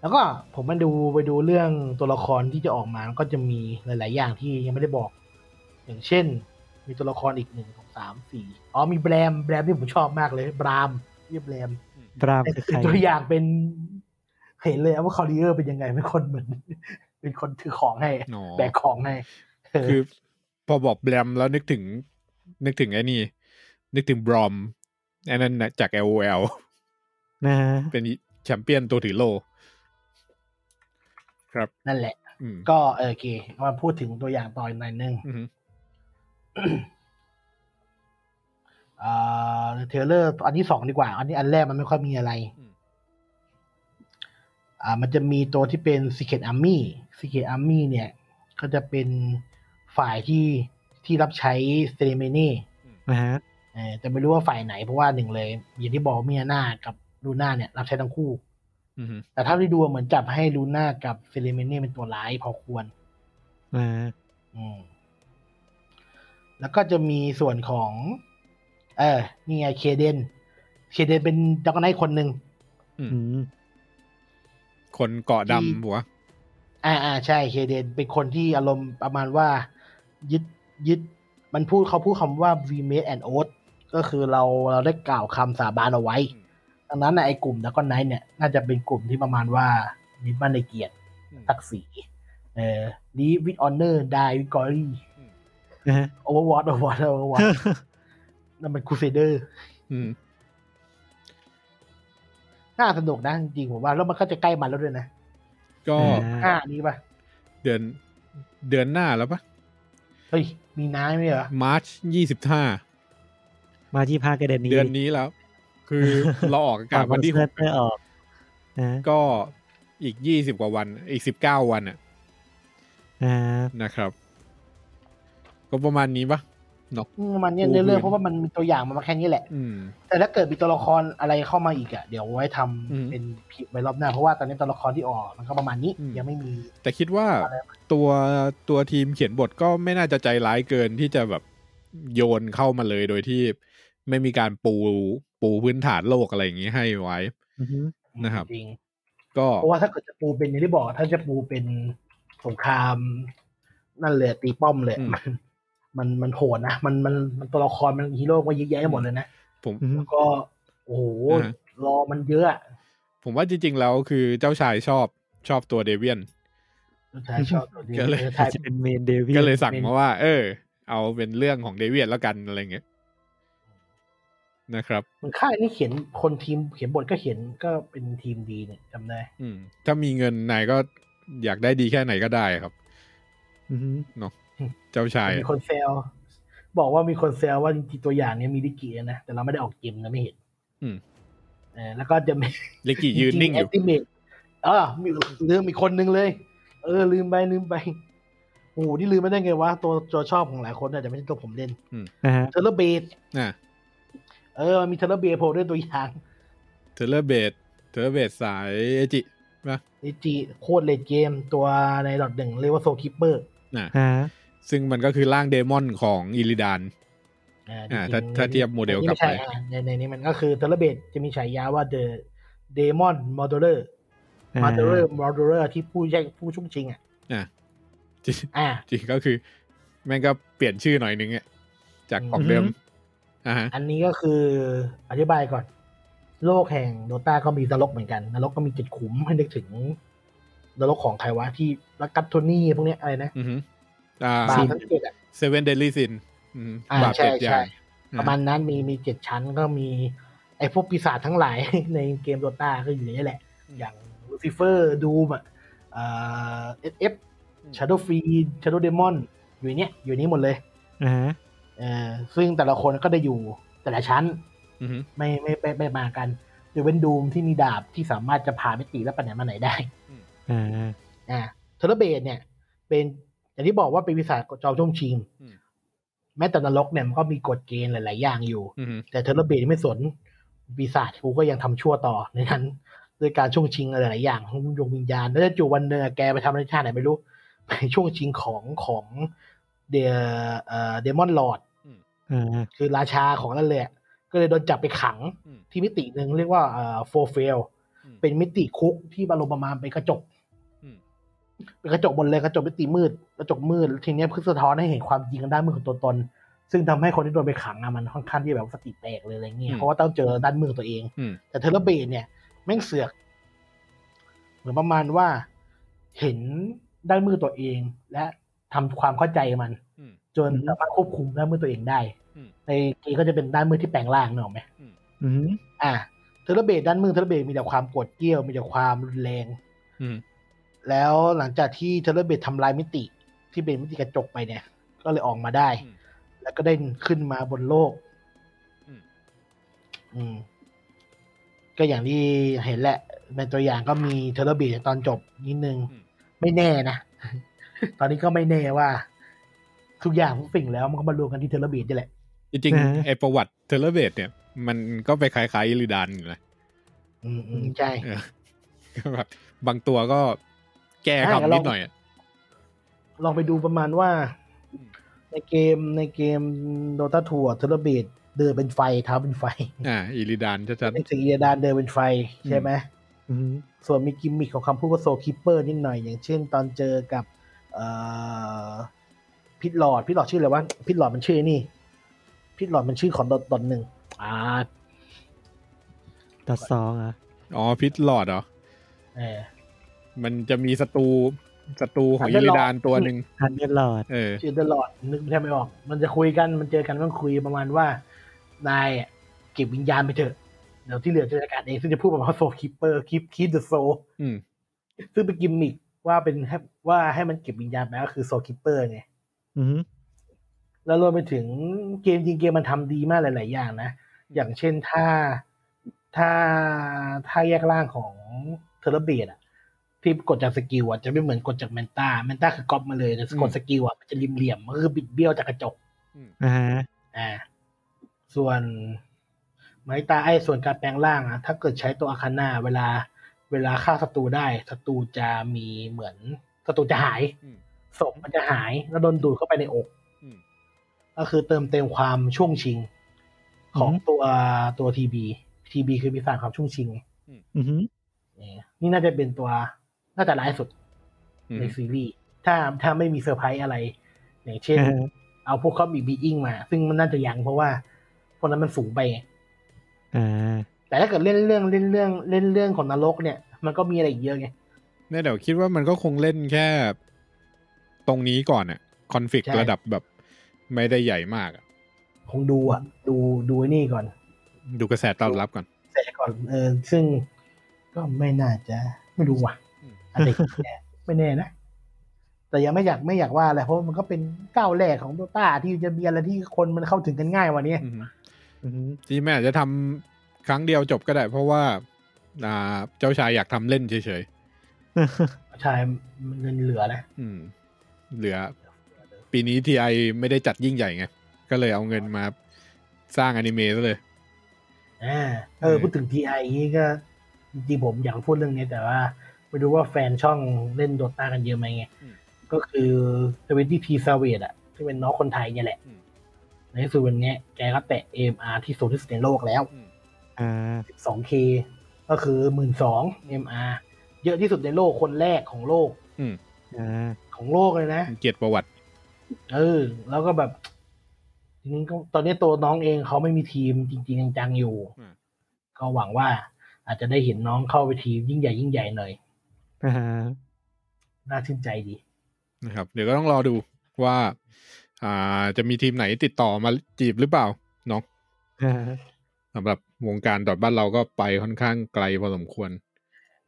D: แล้วก็ผมมาดูไปดูเรื่องตัวละครที่จะออกมาก็จะมีหลาย ๆ อย่างที่ยังไม่ได้บอก อย่างเช่น มีตัวละครอีกหนึ่งสองสามสี่อ๋อมีแบรมแบรมที่ผมชอบมากเลยบรามเรียบแบรม
C: ปราม
D: แต่
C: คือใคร
D: ตัวอย่างเป็นเห็นเลยว่าคอรีเออร์เป็นยังไงเป็นคนเหมือน เป็นคนถือของให้
B: อ๋อ
D: แบกของให้เออ
B: คือ พอบอกแบรมแล้วนึกถึง นึกถึงไอ้นี่ นึกถึงบรอมไอันนั้นน่ะจาก LOL
C: นะ
B: เป็นแชมเปี้ยนตัวถือโล ครับ
D: นั่นแหละ
B: อืม
D: ก็เออโอเคมาพูดถึงตัวอย่างต่ออีกหน่อยนึง
B: อือฮึ
D: เอ่อเทรลเลอร์อันที่สองดีกว่า อันนี้อันแรกมันไม่ค่อยมีอะไร อ่า มันจะมีตัวที่เป็น Secret Army Secret Army เนี่ย ก็จะเป็นฝ่ายที่ที่รับใช้เซเลเมนี
C: นะฮะ
D: เออแต่ไม่รู้ว่าฝ่ายไหน เพราะว่าหนึ่งเลย อย่างที่บอกว่ามียนากับลูน่าเนี่ย รับใช้ทั้งคู่
B: อือฮึ
D: แต่ถ้าที่ดูเหมือนจับให้ลูน่ากับเซเลเมนีเป็นตัวร้ายพอควร
C: อ่า
D: อืม แล้วก็จะมีส่วนของ เออนี่ไงเคเดน เคเดนเป็นด็อกไนท์คนหนึ่ง
C: อืม
B: คนเกาะดำหัว
D: อ่าอ่าใช่เคเดนเป็นคนที่อารมณ์ประมาณว่า ยึดยึด มันพูดเขาพูดคำว่า we made an oath ก็คือเราเราได้กล่าวคำสาบานเอาไว้
B: อืม
D: ดังนั้นนะไอ้กลุ่มดักอนไนท์เนี่ย น่าจะเป็นกลุ่มที่ประมาณว่ายึดมั่นในเกียรติศักดิ์ศรีเอ่อ live with honor die with glory
C: นะฮะ
D: overwatch overwatch overwatch นั่นมันคูเซเดอร์
B: อืม
D: น่าสนุกนะจริงๆผมว่าแล้วมันก็จะใกล้มันแล้วด้วยนะ
B: ก็
D: ห้านี้ป่ะ
B: เดือน เดือนหน้าแล้วปะ
D: เฮ้ย มีน้าไหมเหรอ
B: มาร์ชยี่สิบห้า
C: มาที่ภาคกระเด็นนี้
B: เดือนนี้แล้ว คือเราออกอากาศ
C: วั
B: วัน น
C: ที่
B: ที่
C: ห
B: ห
C: ก
B: ก
C: ออกนะ
B: ก็อีกยี่สิบกว่าวัน อีกสิบเก้าวันน่ะ
C: อ่า
B: นะครับ ก็ประมาณนี้ปะเนาะ
D: อืมมันเนี่ย
B: โอ้
D: เนื้อเรื่อง
B: เพื่อน
D: เพราะว่ามันมีตัวอย่างมันมาแค่นี้แหละ
B: อืม
D: แต่ถ้าเกิดมีตัวละครอะไรเข้ามาอีกอะเดี๋ยวไว้ทำ
B: อืม
D: เป็นผิดไว้รอบหน้า เพราะว่าตอนนี้ตัวละครที่ออกมันก็ประมาณนี้
B: อืม
D: ยังไม่มี
B: แต่คิดว่า
D: อะไร
B: ตัวตัวทีมเขียนบทก็ไม่น่าจะใจร้ายเกินที่จะแบบโยนเข้ามาเลยโดยที่ไม่มีการปูปูพื้นฐานโลกอะไรอย่างนี้ให้ไว้
C: อือฮึ
B: นะครับ
D: จริง
B: ก็
D: เพราะว่าถ้าเกิดจะปูเป็นอย่างที่บอก ถ้าจะปูเป็นสงคราม นั่นเลยตีป้อมเลย
B: อืม
D: มันมันโหดนะมันมันมันตัวละครมันฮีโร่มาเยอะแยะไปหมดเลยนะ
B: ผม
C: อือฮึ
D: แล้วก็โอ้โห
B: อ่า
D: รอมันเยอะอะ
B: ผมว่าจริงๆแล้วคือเจ้าชายชอบชอบตัวเดเวียน
D: ชายชอบตัวนี้
B: ก็เลย
D: ชาย
C: จะเป็นเมนเดวิด
B: ก็เลยสั่งมาว่า เออ เอาเป็นเรื่องของเดเวียนแล้วกันอะไรอย่างเงี้ยนะครับ
D: มันค่ายนี่เขียนคนทีมเขียนบทก็เขียนก็เป็นทีมดีเนี่ยจำได้
B: อืม ถ้ามีเงินนายก็อยากได้ดีแค่ไหนก็ได้ครับ
C: อือฮึ
B: เจ้าชาย
D: มีคนแซวบอกว่ามีคนแซวว่าจริงๆตัวอย่างเนี้ยมีลิกินะ แต่เราไม่ได้ออกเกมนะไม่เห็น
B: อืม
D: เออแล้วก็จะมี
B: เลกิยืนนิ่งอยู่
D: แอติเมตเออมีลืมอีกคนนึงเลย เออ ลืมไปลืมไปโอ้โหนี่ลืมไม่ได้ไงวะตัวตัวชอบของหลายคนนะแต่ไม่ใช่ตัวผมเล่น
C: นะฮะ
D: เทเลเบด
B: อ่ะ
D: เออมันมีเทเลเบดโผล่ด้วยตัวอย่าง
B: เทเลเบดเทเลเบดสายเอจิป่ะ
D: ลิจิโคตรเลดเกมตัวในดอทหนึ่งเรียกว่าโซคิปเปอร์
B: อ่ะ
C: ฮะ
B: ซึ่งมันก็คือร่างเดมอนของอิริดาน อ่าถ้าถ้าเทียบโมเดลกลับไป
D: ในในนี้มันก็คือเทเลเบดจะมีฉายาว่าเดอะเดมอนมอร์เดอร์ มาเดอร์มาเดอร์ที่ผู้แย่งผู้ชุ่มชิงอ่ะ
B: อ่ะ จริง
D: อ่า
B: จริงก็คือ แม่งก็เปลี่ยนชื่อหน่อยนึงอะจากของเดิม
C: อือหื
B: อ่าฮะ
D: อันนี้ก็คืออธิบายก่อน โลกแห่งโดตาก็มีนรกเหมือนกัน นรกก็มีเจ็ดขุมให้นึกถึงนรกของใครวะที่รักกัตโทนี่พวกเนี้ยอะไรนะ
B: อือฮึอ่า
D: บาปทั้งเจ็ดอ่ะ
B: เซเว่นเดลี่ซิน
D: อ่า
B: บาป
D: ใช่
B: เจ็ดอย่า
D: ใช่
B: ง
D: ประมาณนั้นมีมีเจ็ดชั้นก็มี ไอ้พวกปีศาจทั้งหลาย ในเกมโดตาก็อยู่ในนี้แหละ อย่างลูซิเฟอร์ดูมอ่ะเอฟเอฟชาร์โดฟีชาร์โดเดมอนอยู่ในเนี้ยอยู่ในนี้หมดเลย
C: อ่าฮะ
D: เออซึ่งแต่ละคนก็ได้อยู่แต่ละชั้น
B: อือฮึ
D: ไม่ไม่ไม่ไม่มากันยกเว้นดูมที่มีดาบที่สามารถจะผ่ามิติและไปไหนมาไหนได้
C: อ่า
D: อ่าเทอร์เบดเนี่ย เป็นอย่างที่บอกว่าเป็นวิสาจอมช่วงชิง แม้แต่นรกเนี่ยมันก็มีกฎเกณฑ์หลาย ๆ อย่างอยู่
B: อือฮึ
D: แต่เทอร์เบดไม่สนปีศาจกูก็ยังทำชั่วต่อในนั้นด้วยการช่วงชิงอะไรหลาย ๆ อย่างทั้งดวงวิญญาณ แล้วจู่วันเนื้อะแกไปทำอะไรชาติไหนไม่รู้ ไปช่วงชิงของของเดเอ่อเดมอนลอร์ด
C: อ่า
D: คือราชาของนั่นเลยอะก็เลยโดนจับไปขัง ที่มิติหนึ่งเรียกว่าเอ่อโฟเฟล เป็นมิติคุกที่บารมณ์ประมาณเป็นกระจก เป็นกระจกบนเลยกระจกมิติมืดกระจกมืดทีเนี้ยเพื่อสะท้อนให้เห็นความจริงกันด้านมืดของตัวตน ซึ่งทำให้คนที่โดนไปขังอะมันค่อนข้างที่แบบสติแตกเลยอะไรเงี้ยเพราะว่าต้องเจอด้านมืดตัวเอง
B: อืม
D: แต่เทอร์เบตเนี่ยแม่งเสือก เหมือนประมาณว่าเห็นด้านมืดตัวเอง และทำความเข้าใจมัน
B: อืม
D: จนสามารถควบคุมด้านมืดตัวเองได้
B: อืม
D: ในเกมก็จะเป็นด้านมืดที่แปลงร่างเนกอะไหม
C: อืม
D: อ่ะเทอร์เบตด้านมือเทอร์เบตมีแต่ความโกดเกรี้ยวมีแต่ความรุนแรง
B: อืม
D: แล้วหลังจากที่เทอร์เบตทำลายมิติที่เป็นมิติกระจกไปเนี่ย ก็เลยออกมาได้
B: อืม
D: แล้วก็ได้ขึ้นมาบนโลก
B: อืม
D: อืม ก็อย่างที่เห็นแหละเป็นตัวอย่างก็มีเทอร์เบตตอนจบนิดนึง ไม่แน่นะ ตอนนี้ก็ไม่แน่ว่า ทุกอย่างทุกสิ่งแล้วมันก็มารวมกันที่เทอร์เบตนี่แหละ
B: จริงๆไอประวัติเทเลเบตเนี่ย มันก็ไปคล้ายๆอิริดานอยู่นะ
D: อืมอืมใช่
B: เออ ก็แบบบางตัวก็แก้
D: อ่ะ
B: คำนิ
D: ลอ
B: ด
D: ง
B: หน่อยอะ
D: ลองไปดูประมาณว่า
B: อืม
D: ในเกมในเกมโดตาทัวร์เทเลบีดเดินเป็นไฟเท้าเป็นไฟ
B: อ่าอิริดานชัด
D: ในสีเอียดานเดินเป็นไฟใช่ไหม
C: อืม
D: ส่วนมีกิมมิคของคำพูดว่าโซคิปเปอร์นิดหน่อย อย่างเช่นตอนเจอกับเอ่อพิทหลอดพิทหลอดชื่ออะไรวะพิทหลอดมันชื่อนี่ พิทหลอดมันชื่อของตอนตอนหนึ่งอ่า
C: ดอทสองเหรอ่ะ
B: ๆ อ๋อพิษหลอดเหรอ
D: เออ
B: มันจะมีศัตรูศัตรูของ
D: อันเด
B: อิ
D: อร์ลอด
B: ริดานตัวหนึ่ง
C: อันเดอร์ลอด
B: เออ
D: ชื่อตลอดนึกแทบไม่ออก มันจะคุยกันมันเจอกันมันคุยประมาณว่านายอะเก็บวิญญาณไปเถอะเดี๋ยวที่เหลือจะจัดการเองซึ่งจะพูดประมาณว่าโซคิปเปอร์คิปคิปเดอะโซ
B: อืม
D: ซึ่งเป็นกิมมิกว่าเป็นให้ว่าให้มันเก็บวิญญาณไปก็คือโซคิปเปอร์ไง
C: อืม
D: แล้วรวมไปถึงเกมจริงเกมมันทำดีมากหลาย ๆ อย่างนะ อย่างเช่นถ้าถ้าถ้าแยกร่างของเทอร์เบียดอะที่กดจากสกิลอะจะไม่เหมือนกดจากแมนตาแมนตาคือก๊อปมาเลยแต่กดสกิลอะมันจะริมเหลี่ยมๆก็คือบิดเบี้ยวจากกระจก
C: อ่าฮะ
D: อ่าส่วนไม้ตาไอ้ส่วนการแปลงร่างอะถ้าเกิดใช้ตัวอาคาน่าเวลา เวลาฆ่าศัตรูได้ศัตรูจะมีเหมือนศัตรูจะหาย
B: อืม
D: ศพมันจะหายแล้วโดนดูดเข้าไปในอก
B: อืม
D: ก็คือเติมเต็มความช่วงชิง ของตัวตัวทีบีทีบีคือปีศาจความช่วงชิง
C: อืม
D: เนี่ยนี่น่าจะเป็นตัวน่าจะร้ายสุด
B: อืม
D: ในซีรีส์ถ้าถ้าไม่มีเซอร์ไพรส์อะไร อย่างเช่น
C: อ่าฮะ
D: เอาพวกเขามีบีอิงมา ซึ่งมันน่าจะยังเพราะว่าพวกนั้นมันสูงไปไง
C: อ่า
D: แต่ถ้าเกิดเล่นเรื่องเล่นเรื่องเล่นเรื่องของนรกเนี่ย มันก็มีอะไรอีกเยอะไง
B: เนี่ยเดี๋ยวคิดว่ามันก็คงเล่นแค่ ตรงนี้ก่อนอะคอนฟ lict
D: ใช่
B: ระดับแบบไม่ได้ใหญ่มากอะ
D: คงดูอ่ะ ดูดูไอ้นี่ก่อน
B: ดูกระแสตอบรับก่อน
D: เสร็จก่อนเออซึ่งก็ไม่น่าจะไม่รู้ว่ะ
B: อืม
D: อาจจะแน่ไม่แน่นะ แต่ยังไม่อยากไม่อยากว่าอะไรเพราะมันก็เป็นก้าวแรกของโดต้าที่จะมีอะไรที่คนมันเข้าถึงกันง่ายวันนี้
B: อือฮึ
C: อื ม
B: จริงๆแม่อาจจะทำครั้งเดียวจบก็ได้ เพราะว่า อ่า เจ้าชายอยากทำเล่นเฉย
D: ใช่มันเงินเหลือนะ
B: ๆอืม เหลือ ปีนี้ทีไอไม่ได้จัดยิ่งใหญ่ไง ก็เลยเอาเงินมาสร้างอนิเมะซะเลย
D: อ่าเออพูดถึงทีไอี้ก็จริงๆผมอยากพูดเรื่องนี้แต่ว่าไม่รู้ว่าแฟนช่องเล่นโดต้ากันเยอะไหมไง
B: อืม
D: ก็คือเวนตี้ทีซาเวดอะที่เป็นน้องคนไทยเนี่ยแหละ
B: อืม
D: ในที่สุดวันเนี้ยแกก็แตะ AMR ที่สูงที่สุดในโลกแล้ว
C: อ่า
D: 12K ก็คือ 12,000 MR เยอะที่สุดในโลกคนแรกของโลก
B: อืม
C: อ่า
D: ของโลกเลยนะ
B: เกียรติประวัติ
D: เออ แล้วก็แบบทีนี้ก็ตอนนี้ตัวน้องเองเขาไม่มีทีมจริงๆจังๆอยู่
B: อืม
D: ก็หวังว่า อาจจะได้เห็นน้องเข้าไปทีมยิ่งใหญ่ยิ่งใหญ่หน่อย
C: อ่า
D: น่าชื่นใจดี
B: นะครับ เดี๋ยวก็ต้องรอดูว่า อ่าจะมีทีมไหนติดต่อมาจีบหรือเปล่าเนาะ
C: อ่า
B: สำหรับวงการดอทบ้านเราก็ไปค่อนข้างไกลพอสมควร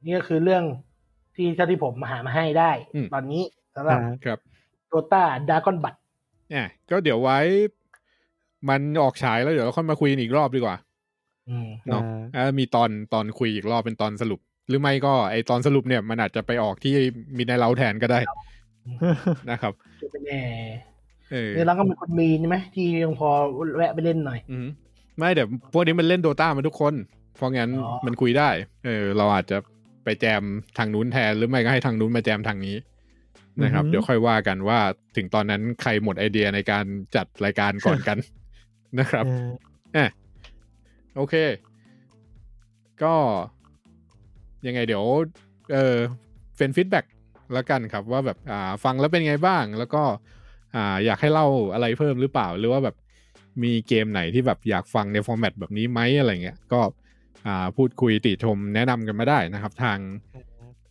D: นี่ก็คือเรื่องที่เท่าที่ผมหามาให้ได้
B: อืม
D: ตอนนี้สำหรั
C: อ่า
D: บ
B: ครับ
D: โตต้าดากอนบัต
B: เนี่ยก็เดี๋ยวไว้ มันออกฉายแล้วเดี๋ยวเราค่อยมาคุยกันอีกรอบดีกว่า
D: อืม
B: เนาะอ่ามีตอนตอนคุยอีกรอบเป็นตอนสรุป หรือไม่ก็ไอตอนสรุปเนี่ยมันอาจจะไปออกที่มีในเราแทนก็ได้ นะครับ
D: จะเป็นแน่
B: เออ
D: เนี่ยแล้วก็มีคุณมีนใช่ไหมที่ยังพอแวะไปเล่นหน่อย
B: อืมไม่เดี๋ยวพวกนี้มันเล่นโดตามาทุกคน เพราะงั้น
D: อ๋อ
B: มันคุยได้ เออ เราอาจจะไปแจมทางนู้นแทน หรือไม่ก็ให้ทางนู้นมาแจมทางนี้ นะครับ เดี๋ยวค่อยว่ากันว่าถึงตอนนั้นใครหมดไอเดียในการจัดรายการก่อนกัน นะครับ
C: อ่า
B: โอเค ก็ยังไงเดี๋ยว เออเป็นฟีดแบ็กแล้วกันครับ ว่าแบบอ่าฟังแล้วเป็นไงบ้าง แล้วก็ อ่า อยากให้เล่าอะไรเพิ่มหรือเปล่า หรือว่าแบบมีเกมไหนที่แบบอยากฟังในฟอร์แมตแบบนี้ไหมอะไรเงี้ยก็อ่าพูดคุยติชมแนะนำกันมาได้นะครับ ทาง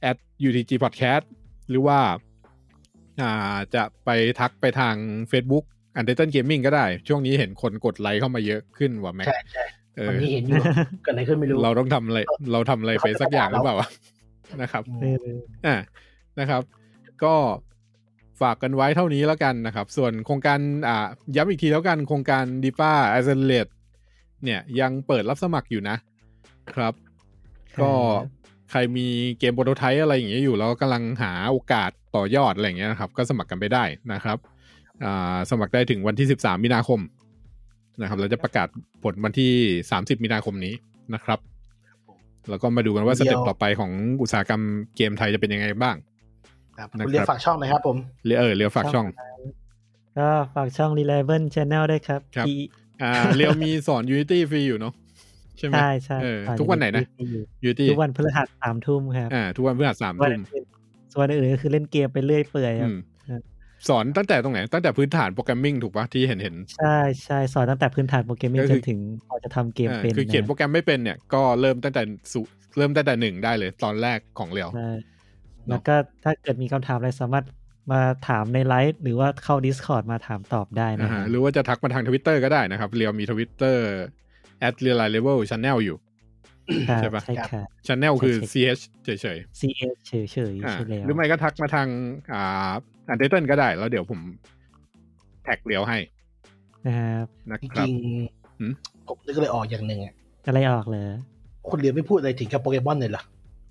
B: at utg podcast หรือว่าอ่าจะไปทักไปทาง Facebook u n d e r t a l e Gaming ก็ได้ ช่วงนี้เห็นคนกดไลค์เข้ามาเยอะขึ้นว่ะแม็ก
D: ใช่ใช่
B: เอ
D: วัน
B: อ
D: นี้เห็น อยู่ เกิดอะไรขึ้นไม่รู้
B: เราต้องทำอะไร เราทำอะไรไปสักอย่างหรือเปล่า นะครับ
D: อืม
C: เออ
B: อ่า นะครับ ก็ฝากกันไว้เท่านี้แล้วกันนะครับ ส่วนโครงการ อ่า ย้ำอีกทีแล้วกัน โครงการดีป้าแอสเซเลตเนี่ยยังเปิดรับสมัครอยู่นะ ครับ ก็ใครมีเกมโปรโตไทป์อะไรอย่างเงี้ยอยู่ แล้วกำลังหาโอกาสต่อยอดอะไรอย่างเงี้ยนะครับ ก็สมัครกันไปได้นะครับ อ่า สมัครได้ถึงวันที่ 13 มีนาคม นะครับ เราจะประกาศผลวันที่ 30 มีนาคมนี้นะครับ แล้วก็มาดูกันว่าสเต็ปต่อไปของอุตสาหกรรมเกมไทยจะเป็นยังไงบ้าง
D: ครับ
B: นะครับ
D: คุณเรียกฝากช่องหนะครับผม
B: เรือเออเรือฝากช่อง
C: ก็ฝากช่อง Reliable Channel ด้วยครับ
B: ครับ
C: P
B: อ่า เรียวมีสอน Unity ฟรีอยู่เนาะใช่ไหม
C: ใช่ใช่
B: เออ
C: ฝา
B: ทุกวันไหนนะ Unity
C: ทุกวันพฤหัสสามทุ่มครับ
B: อ่า ทุกวันพฤหัสสาม
C: วัน
B: ทุ่ม
C: อื่นส่วนอื่นก็คือเล่นเกมไปเรื่อยเปื่อยค
B: อื
C: รับ
B: ม
C: ครับ
B: สอนตั้งแต่ตรงไหน ตั้งแต่พื้นฐานโปรแกรมมิ่งถูกปะที่เห็นเห็น
C: ใช่ใช่สอนตั้งแต่พื้นฐานโปรแกรมมิ่ง
B: ก็
C: จ
B: คือ
C: นถึงพอจะทำเกม
B: อ่า
C: เป็น
B: คือเขียนโปรแกรมไม่เป็นเนี่ยก็เริ่มตั้งแต่ศูนย์เริ่มตั้งแต่หนึ่งได้เลย ตอนแรกของเรียว
C: ใช่แล้วก็ถ้าเกิดมีคำถามอะไรสามารถมาถามในไลฟ์หรือว่าเข้า Discord มาถามตอบได้นะ
B: อ่า
C: ครั
B: ฮะ
C: บ
B: หรือว่าจะทักมาทางทวิตเตอร์ก็ได้นะครับ เรียวมีทวิตเตอร์ at r e a l i a b l e channel อยู่
C: ครับ
B: ใช่ปะ
C: ใช่ครับ
B: channel คือ
C: ใช่
B: ch เฉย
C: CH เฉยๆใช่
B: ๆอ่า
C: แล้ว
B: หรือไม่ก็ทักมาทางอ่าอันเดอร์เก็ได้ แล้วเดี๋ยวผมแท็กเรียวให้
C: นะครับ
B: นะ
D: จ
B: ครับ
D: ริง
B: หืม
D: ๆผมนึกเลยออกอย่างหนึ่งอ่ะ
C: อะไรออกเลย
D: คุณเรียนไม่พูดอะไรถึงกับโปเกมอนเลยเหรอ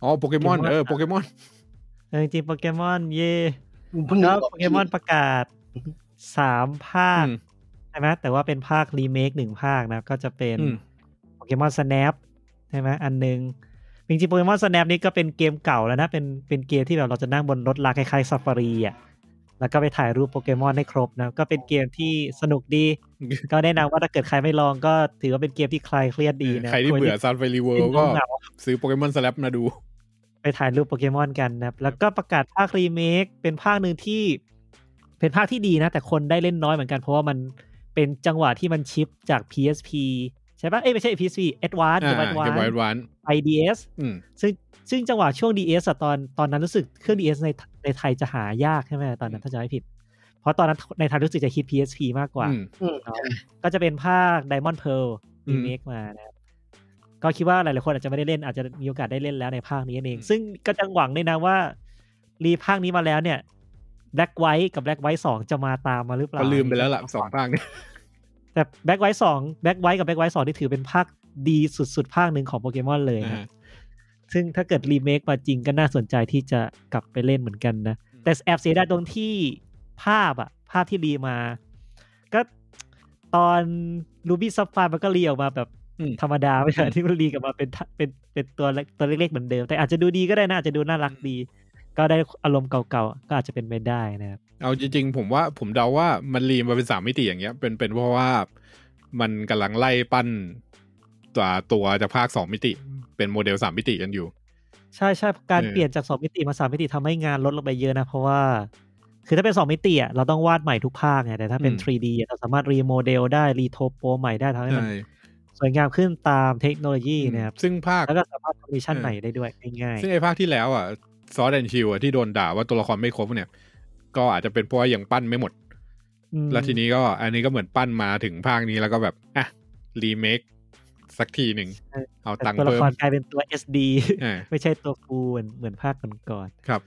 B: อ๋อโปเกมอน
C: Pokemon
B: เออโปเกมอน
C: เออจริงโปเกมอนเย่
D: เพิ่ง
C: ค
D: นึ
C: รับ
D: กออก
C: โปเกมอนประกาศสามภาค
B: อืม
C: ใช่ไหมแต่ว่าเป็นภาครีเมคหนึ่งภาคนะ ก็จะเป็น
B: อืม
C: โปเกมอนสแนปใช่ไหมอันหนึ่งจริงๆโปเกมอนสแนปนี่ก็เป็นเกมเก่าแล้วนะ เป็นเป็นเกมที่แบบเราจะนั่งบนรถลากคล้ายๆซาฟารีอ่ะแล้วก็ไปถ่ายรูปโปเกมอนให้ครบนะ ก็เป็นเกมที่สนุกดี ก็แนะนำว่าถ้าเกิดใครไม่ลองก็ถือว่าเป็นเกมที่คลายเครียดดีนะ
B: ใครที่เบื่อซันไฟรีเวิลก็
C: เหงา
B: ซื้อโปเกมอนสแลปมาดู
C: ไปถ่ายรูปโปเกมอนกันนะครับแล้วก็ประกาศภาครีเมคเป็นภาคหนึ่งที่ เป็นภาคที่ดีนะ แต่คนได้เล่นน้อยเหมือนกัน เพราะว่ามันเป็นจังหวะที่มันชิปจาก PSP ใช่ปะเอ้ยไม่ใช่ PSP Advance
B: อ่า
C: เกม
B: เก็บไว้
C: Advance
B: วาน
C: IDS
B: อืม
C: ซึ่งซึ่งจังหวะช่วง DS อะตอนตอนนั้นรู้สึกเครื่อง DS ในในไทยจะหายากใช่ไหมตอนนั้
B: อื
C: น
B: ม
C: ถ้าจะไม่ผิด เพราะตอนนั้นในไทยรู้สึกจะฮิต PSP มากกว่า
B: อืม
D: อืม
C: เนาะก็จะเป็นภาค Diamond Pearl
B: อืม
C: รีเมคมานะครับก็คิดว่าหลายๆคนอาจจะไม่ได้เล่นอาจจะมีโอกาสได้เล่นแล้วในภาคนี้นั่นเอง
B: อืม
C: ซึ่งก็จังหวังเลยนะว่า รีภาคนี้มาแล้วเนี่ย Black White กับ Black White 2 จะมาตามมาหรือเปล่า
B: ก็ลืมไปแล้วล่ะสองภาคเนี่ย
C: แต่ Black White 2 Black White กับ Black White 2 ที่ถือเป็นภาคดีสุด ๆ ภาคหนึ่งของโปเกมอนเลย
B: อ่า
C: นะ
B: ฮะ
C: ซึ่งถ้าเกิดรีเมคมาจริงก็น่าสนใจที่จะกลับไปเล่นเหมือนกันนะ แต่แอบเสียดายตรงที่ภาพอะภาพที่รีมา ก็ตอนรูบี้ซับฟามันก็รีออกมาแบบ
B: อืม
C: ธรรมดาไม่ใช่ที่มันรีกลับมาเป็นทะเป็นเป็นตัวเล็กตัวเล็กๆเหมือนเดิม แต่อาจจะดูดีก็ได้นะอาจจะดูน่ารักดี ก็ได้อารมณ์เก่าๆ ก็อาจจะเป็นไปได้นะครับ
B: เอาจริงๆ ผมว่าผมเดาว่ามันรีมมาเป็นสามมิติอย่างเงี้ย เป็นเป็นเพราะว่ามันกำลังไล่ปั้นตัวตัวจากภาคสองมิติ เป็นโมเดลสามมิติกันอยู่
C: ใช่ใช่การ
B: เออ
C: เปลี่ยนจากสองมิติมาสามมิติทำให้งานลดลงไปเยอะนะ เพราะว่า คือถ้าเป็น 2 มิติอ่ะเราต้องวาดใหม่ทุกภาคไงแต่ถ้าเป็น
B: อืม
C: 3D อะเราสามารถรีโมเดลได้รีโทโปใหม่ได้ทำให้มัน
B: ใช่
C: สวยงามขึ้นตามเทคโนโลยีนะครับ
B: ซึ่งภาค
C: แล้วก็สามารถคอมมิชชั่น
B: เออ
C: ใหม่ได้ด้วยง่าย
B: ซึ่งไอ้ภาคที่แล้วอ่ะซอสแอนชิวที่โดนด่าว่าตัวละครไม่ครบเนี่ย ก็อาจจะเป็นเพราะว่ายังปั้นไม่หมด
C: ๆอืม
B: แล้วทีนี้ก็อันนี้ก็เหมือนปั้นมาถึงภาคนี้แล้วก็แบบอ่ะรีเมคสักทีหนึ่งเอา
C: แต่
B: ตังค์
C: ตัวละ
B: เพิ่ม
C: ครกลายเป็นตัว SD
B: อ่า
C: ไม่ใช่ตัวฟูเหมือนเหมือนภาคก่อน
B: ครับ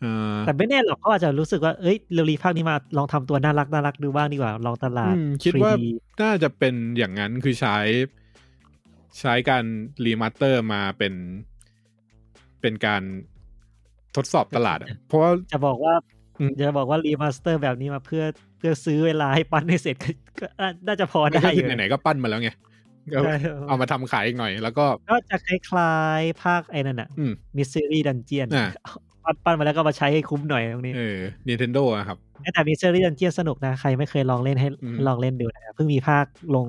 B: เอ่อ
C: ๆแต่ไม่แน่หรอกเขาอาจจะรู้สึกว่าเอ้ยเรลีภาคนี้มาลองทำตัวน่ารักน่ารักดูบ้างดีกว่าลองตลา
B: อื
C: ด
B: มคิดว่า
C: 3D
B: น่าจะเป็นอย่างนั้นคือใช้ใช้การรีมาสเตอร์มาเป็น เป็นการทดสอบตลาดอะเพราะว่า
C: จะบอกว่า
B: อืม
C: จะบอกว่ารีมาสเตอร์แบบนี้มาเพื่อเพื่อซื้อเวลาให้ปั้นให้เสร็จ ก็ก็น่าจะพอ
B: ก็
C: ได้อ
B: คือยู่ ไหนๆก็ปั้นมาแล้วไงก็
C: ใช่
B: เอามาทำขายอีกหน่อย แล้วก็
C: ก็จะคล้ายๆ ภาคไอ้นั่นอะ
B: อืม
C: มิสซิรี่ดันเจียน
B: อ่า
C: ปั้นปั้นมาแล้วก็มาใช้ให้คุ้มหน่อยตรงนี้
B: เออ Nintendo อะครับ
C: แต่มิสซิรี่ดันเจียนสนุกนะ ใครไม่เคยลองเล่นให้
B: อืม
C: ลองเล่นดูนะเพิ่งมีภาคลง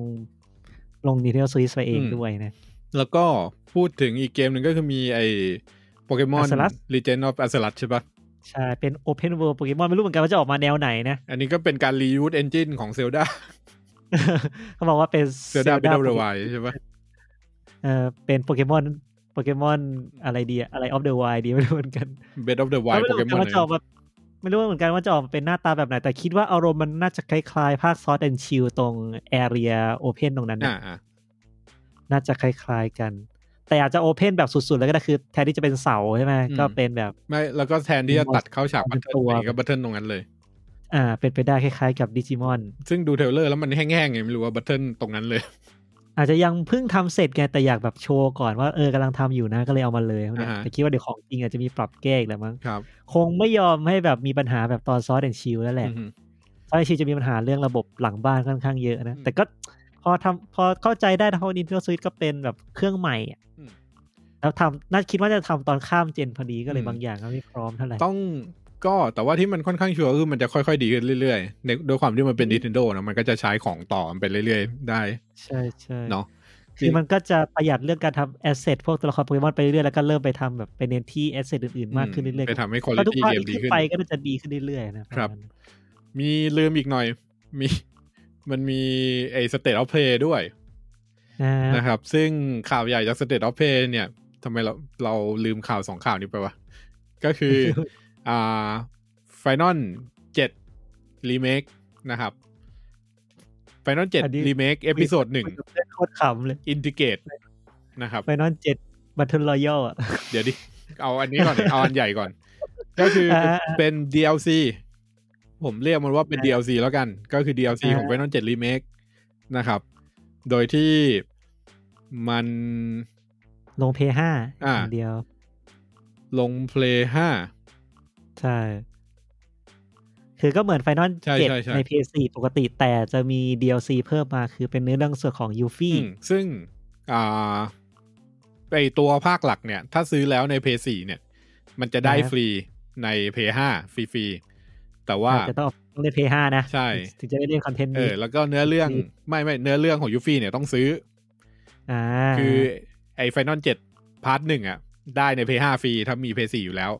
C: ลงนีเทลสวิสไปเอง
B: อืม
C: ด้วยนะ
B: แล้วก็พูดถึงอีกเกมหนึ่งก็คือมีไอ้โปเกมอน
C: Arceus
B: Legend of Arceus ใช่ปะ
C: ใช่เป็นโอเพนเวิ d ด์โปเกมอนไม่รู้เหมือนกันว่าจะออกมาแนวไหนนะ
B: อันนี้ก็เป็นการ reuse engine ของ Zelda
C: เขาบอกว่าเป็น
B: Zelda
C: Zelda
B: Breath of the
C: Pokemon
B: Wild ใช่ปะ
C: เออเป็นโปเกมอนโปเกมอนอะไรดีอะอะไรออฟเดอะไวดีไม่รู้เหมือนกัน
B: Breath of the Wild
C: ไม่รู้เหมือนกัน
B: Pokemon
C: ว่าจะออกมาไม่รู้เหมือนกันว่าจะออกมาเป็นหน้าตาแบบไหน แต่คิดว่าอารมณ์มันน่าจะคล้ายๆ ภาคซอสแอนชิลตรงแอเรียโอเพนตรงนั้น
B: อ่า
C: น่ะ
B: อ่า
C: น่าจะคล้ายๆกัน แต่อาจจะโอเพนแบบสุดๆ แล้วก็ได้คือแทนที่จะเป็นเสาใช่ไหมก็เป็นแบบ
B: ไม่แล้วก็แทนที่จะตัดเข้าฉากบัตเทิ
C: ตั
B: ล
C: ว
B: อะไรก็บัตเทิลตรงนั้นเลย
C: อ่าเป็นไปได้คล้ายๆกับดิจิมอน
B: ซึ่งดูเทรลเลอร์แล้วมันแห้งๆไงไม่รู้ว่าบัตเทิลตรงนั้นเลย
C: อาจจะยังเพิ่งทำเสร็จไงแต่อยากแบบโชว์ก่อนว่าเออกำลังทำอยู่นะก็เลยเอามาเลยเนี่ย
B: อ่าฮะ
C: แต่คิดว่าเดี๋ยวของจริงอาจจะมีปรับแก้อีกแหล้วมั้ง
B: ครับ
C: คงไม่ยอมให้แบบมีปัญหาแบบตอนซอสแอนชิลแล้วแหละ
B: อือหือ
C: ซอยชิจะมีปัญหาเรื่องระบบหลังบ้านค่อนข้างเยอะนะ
B: อืม
C: แต่ก็พอทำพอเข้าใจได้นะเพราะนินเทนโดสวิตก็เป็นแบบเครื่องใหม่อะ
B: อืม
C: แล้วทำน่าคิดว่าจะทำตอนข้ามเจนพอดีก็เลย
B: อืม
C: บางอย่างก็ไม่พร้อมเท่าไหร่
B: ต้องก็แต่ว่าที่มันค่อนข้างชัวร์คือมันจะค่อยๆ ดีขึ้นเรื่อยๆในด้วยความที่มันเป็น Nintendo นะมันก็จะใช้ของต่อมันไปเรื่อยๆ ได้
C: ใช่ใช่
B: เนาะ
C: คือมันก็จะประหยัดเรื่องการทำแอสเซทพวกตัวละครโปเกมอนไปเรื่อยๆแล้วก็เริ่มไปทำแบบไปเน้นที่แอสเซทอื่นๆมากขึ้นเรื่อยๆ
B: ไปทำให้คุณ
C: ก็ทุก
B: ภา
C: ภา
B: พ
C: ค
B: เกม
C: ที่
B: ดี
C: ขึ้น
B: ขึ้น
C: ไปก็น่าจะดีขึ้นเรื่อยๆนะปะ
B: ครับ
C: มาณนั้น
B: มีลืมอีกหน่อย มีมันมีไอ้สเตตออฟเพลย์ด้วย
C: นะ
B: นะ
C: ค
B: ครับ รับ ซึ่งข่าวใหญ่จากสเตตออฟเพลย์เนี่ยทำไมเราเราลืมข่าวสองข่าวนี้ไปวะ ก็ คือ อ่าไฟนอลเจ็ดรีเมคนะครับไฟนอลเจ็ดรีเมคเอพิโซดหนึ่ง
C: มันเป็นโคตรขำเลย
B: อินดิเกตนะครับ
C: ไฟนอลเจ็ดบัตเทิลรอยัลอ่ะ
B: เดี๋ยวดิ เอาอันนี้ก่อนดิเอาอันใหญ่ก่อน ก็คือ
C: อ่า
B: เป็น DLC ผมเรียกมันว่าเป็น DLC แล้วกัน ก็คือ DLC
C: อ่า
B: ของ Final 7 Remake นะครับ โดยที่มัน
C: ลงเพย์ห้า
B: อ่า
C: เดียว
B: ลง Play
C: ใช่ คือก็เหมือนไฟนอล
B: ใช่
C: เจ็ด
B: ใช่ใช่
C: ใน PS4 ปกติแต่จะมี DLC เพิ่มมาคือเป็นเนื้อเรื่องส่วนของยู
B: 5อื
C: ฟี่
B: มซึ่ง อ่าไอตัวภาคหลักเนี่ย ถ้าซื้อแล้วใน Play 4เนี่ย มันจะได้ฟรีใน Play 5ฟรีๆ แต่ว่า
C: จะต้องต้องเล่น PS5 นะ
B: ใช่
C: ถึงจะได้เล่นคอนเทนต์
B: เอ
C: นี้
B: อ แล้วก็เนื้อเรื่องไม่ไม่เนื้อเรื่องของยูฟี่เนี่ยต้องซื้อ
C: อ่า
B: คือไอ้ Final 7 พาร์ทหนึ่งอะได้ใน p พ5ฟรีถ้ามี p พ4อยู่แล้ว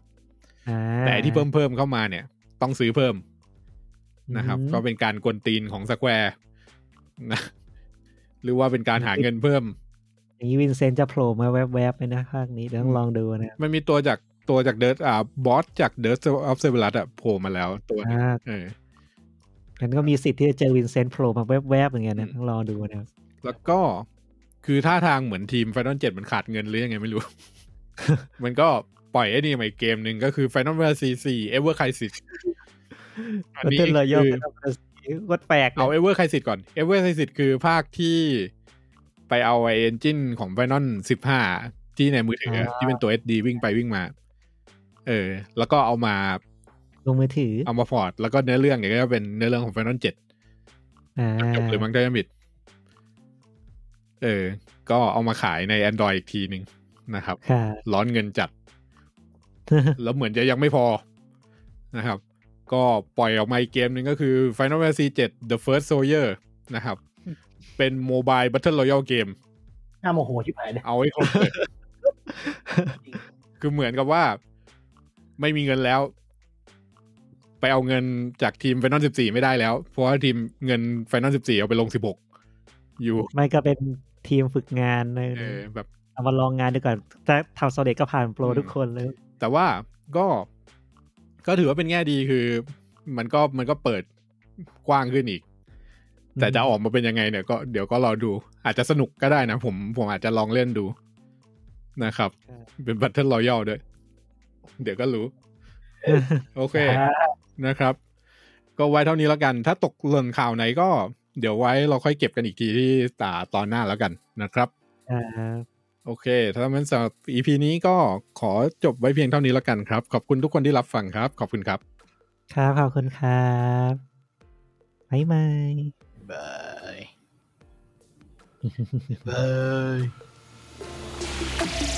C: า
B: แต่ที่เพิ่มเพิ่มเข้ามาเนี่ย ต้องซื้อเพิ่มนะครับ
C: อืม
B: ก็เป็นการกวนตีนของ Square นะ หรือว่าเป็นการหาเงินเพิ่ม
C: อย่างนี้วินเซนต์จะโผล่มาแวบๆเลยนะภาคนี้เดี๋ยวต้องลองดูนะ
B: มันมีตัวจากตัวจากเดิร์อ่าบอสจากเดิร์ดออฟเซเวลัสอะโผล่มาแล้วตัวหนึ่ง
C: อ่า
B: เออ
C: งั้นก็มีสิทธิ์ที่จะเจอวินเซนต์โผล่มาแวบๆอย่างเงี้ยนะ
B: อืม
C: ต้องรอดูนะครับ
B: แล้วก็คือท่าทางเหมือนทีม Final 7 มันขาดเงินหรือยังไงไม่รู้ มันก็ปล่อยไอ้นี่มาอีกเกมหนึ่งก็คือ Final Fantasy 4 Ever Crisis อันนี้
C: เต้นรอยย่อ
B: คือ
C: ก็แปลก
B: เอาเอเวอร์ไคสิตก่อนเอเวอร์ไคสิตคือภาคที่ไปเอาไอเอนจินของไฟนอลสิบห้าที่ในมือถืออะที่เป็นตัว SD วิ่งไปวิ่งมา เออ แล้วก็เอามา
C: ลงมือถือ
B: เอามาพอร์ต แล้วก็เนื้อเรื่องเนี่ยก็เป็นเนื้อเรื่องของไฟนอลเจ็ด
C: อ่า
B: จบหรือมั้งได้ยังบิด เออ ก็เอามาขายใน Android อีกทีหนึ่งนะครับ
C: ค่ะ
B: ร้อนเงินจัด แล้วเหมือนจะยังไม่พอนะครับ ก็ปล่อยออกมาอีกเกมหนึ่งก็คือ Final Fantasy 7 The First Soldier นะครับ เป็นโมบาย Battle Royale เกม
D: หน้าโมโหชิบหายเลย
B: เอาให้ครบเลย คือเหมือนกับว่า ไม่มีเงินแล้ว ไปเอาเงินจากทีม f ฟนอลสิบสี่ไม่ได้แล้ว เพราะว่าทีมเงิน f ฟนอลสิบสี่เอาไปลงสิบหกอยู่
C: ไม่ก็เป็นทีมฝึกงานเลย
B: เออแบบ
C: เอามาลองงานดูก่อนถ้าทำโซเด็กก็ผ่านโปร
B: อืม
C: ทุกคนเลย
B: แต่ว่าก็ก็ถือว่าเป็นแง่ดีคือ มันก็มันก็เปิดกว้างขึ้นอีก
C: อืม
B: แต่จะออกมาเป็นยังไงเนี่ยก็เดี๋ยวก็รอดู อาจจะสนุกก็ได้นะ ผมผมอาจจะลองเล่นดูนะครับ เป็นบัตเทิลรอยัลด้วย เดี๋ยวก็รู้ โอเค นะครับ ก็ไว้เท่านี้แล้วกัน ถ้าตกหล่นข่าวไหนก็ เดี๋ยวไว้เราค่อยเก็บกันอีกทีที่ตาตอนหน้าแล้วกันนะครับ
C: อ่า
B: โอเค ถ้ามันสำหรับ EP นี้ก็ขอจบไว้เพียงเท่านี้แล้วกันครับ ขอบคุณทุกคนที่รับฟังครับ ขอบคุณครับ
C: ครับ ขอบคุณครับบ๊ายบาย
D: บายบาย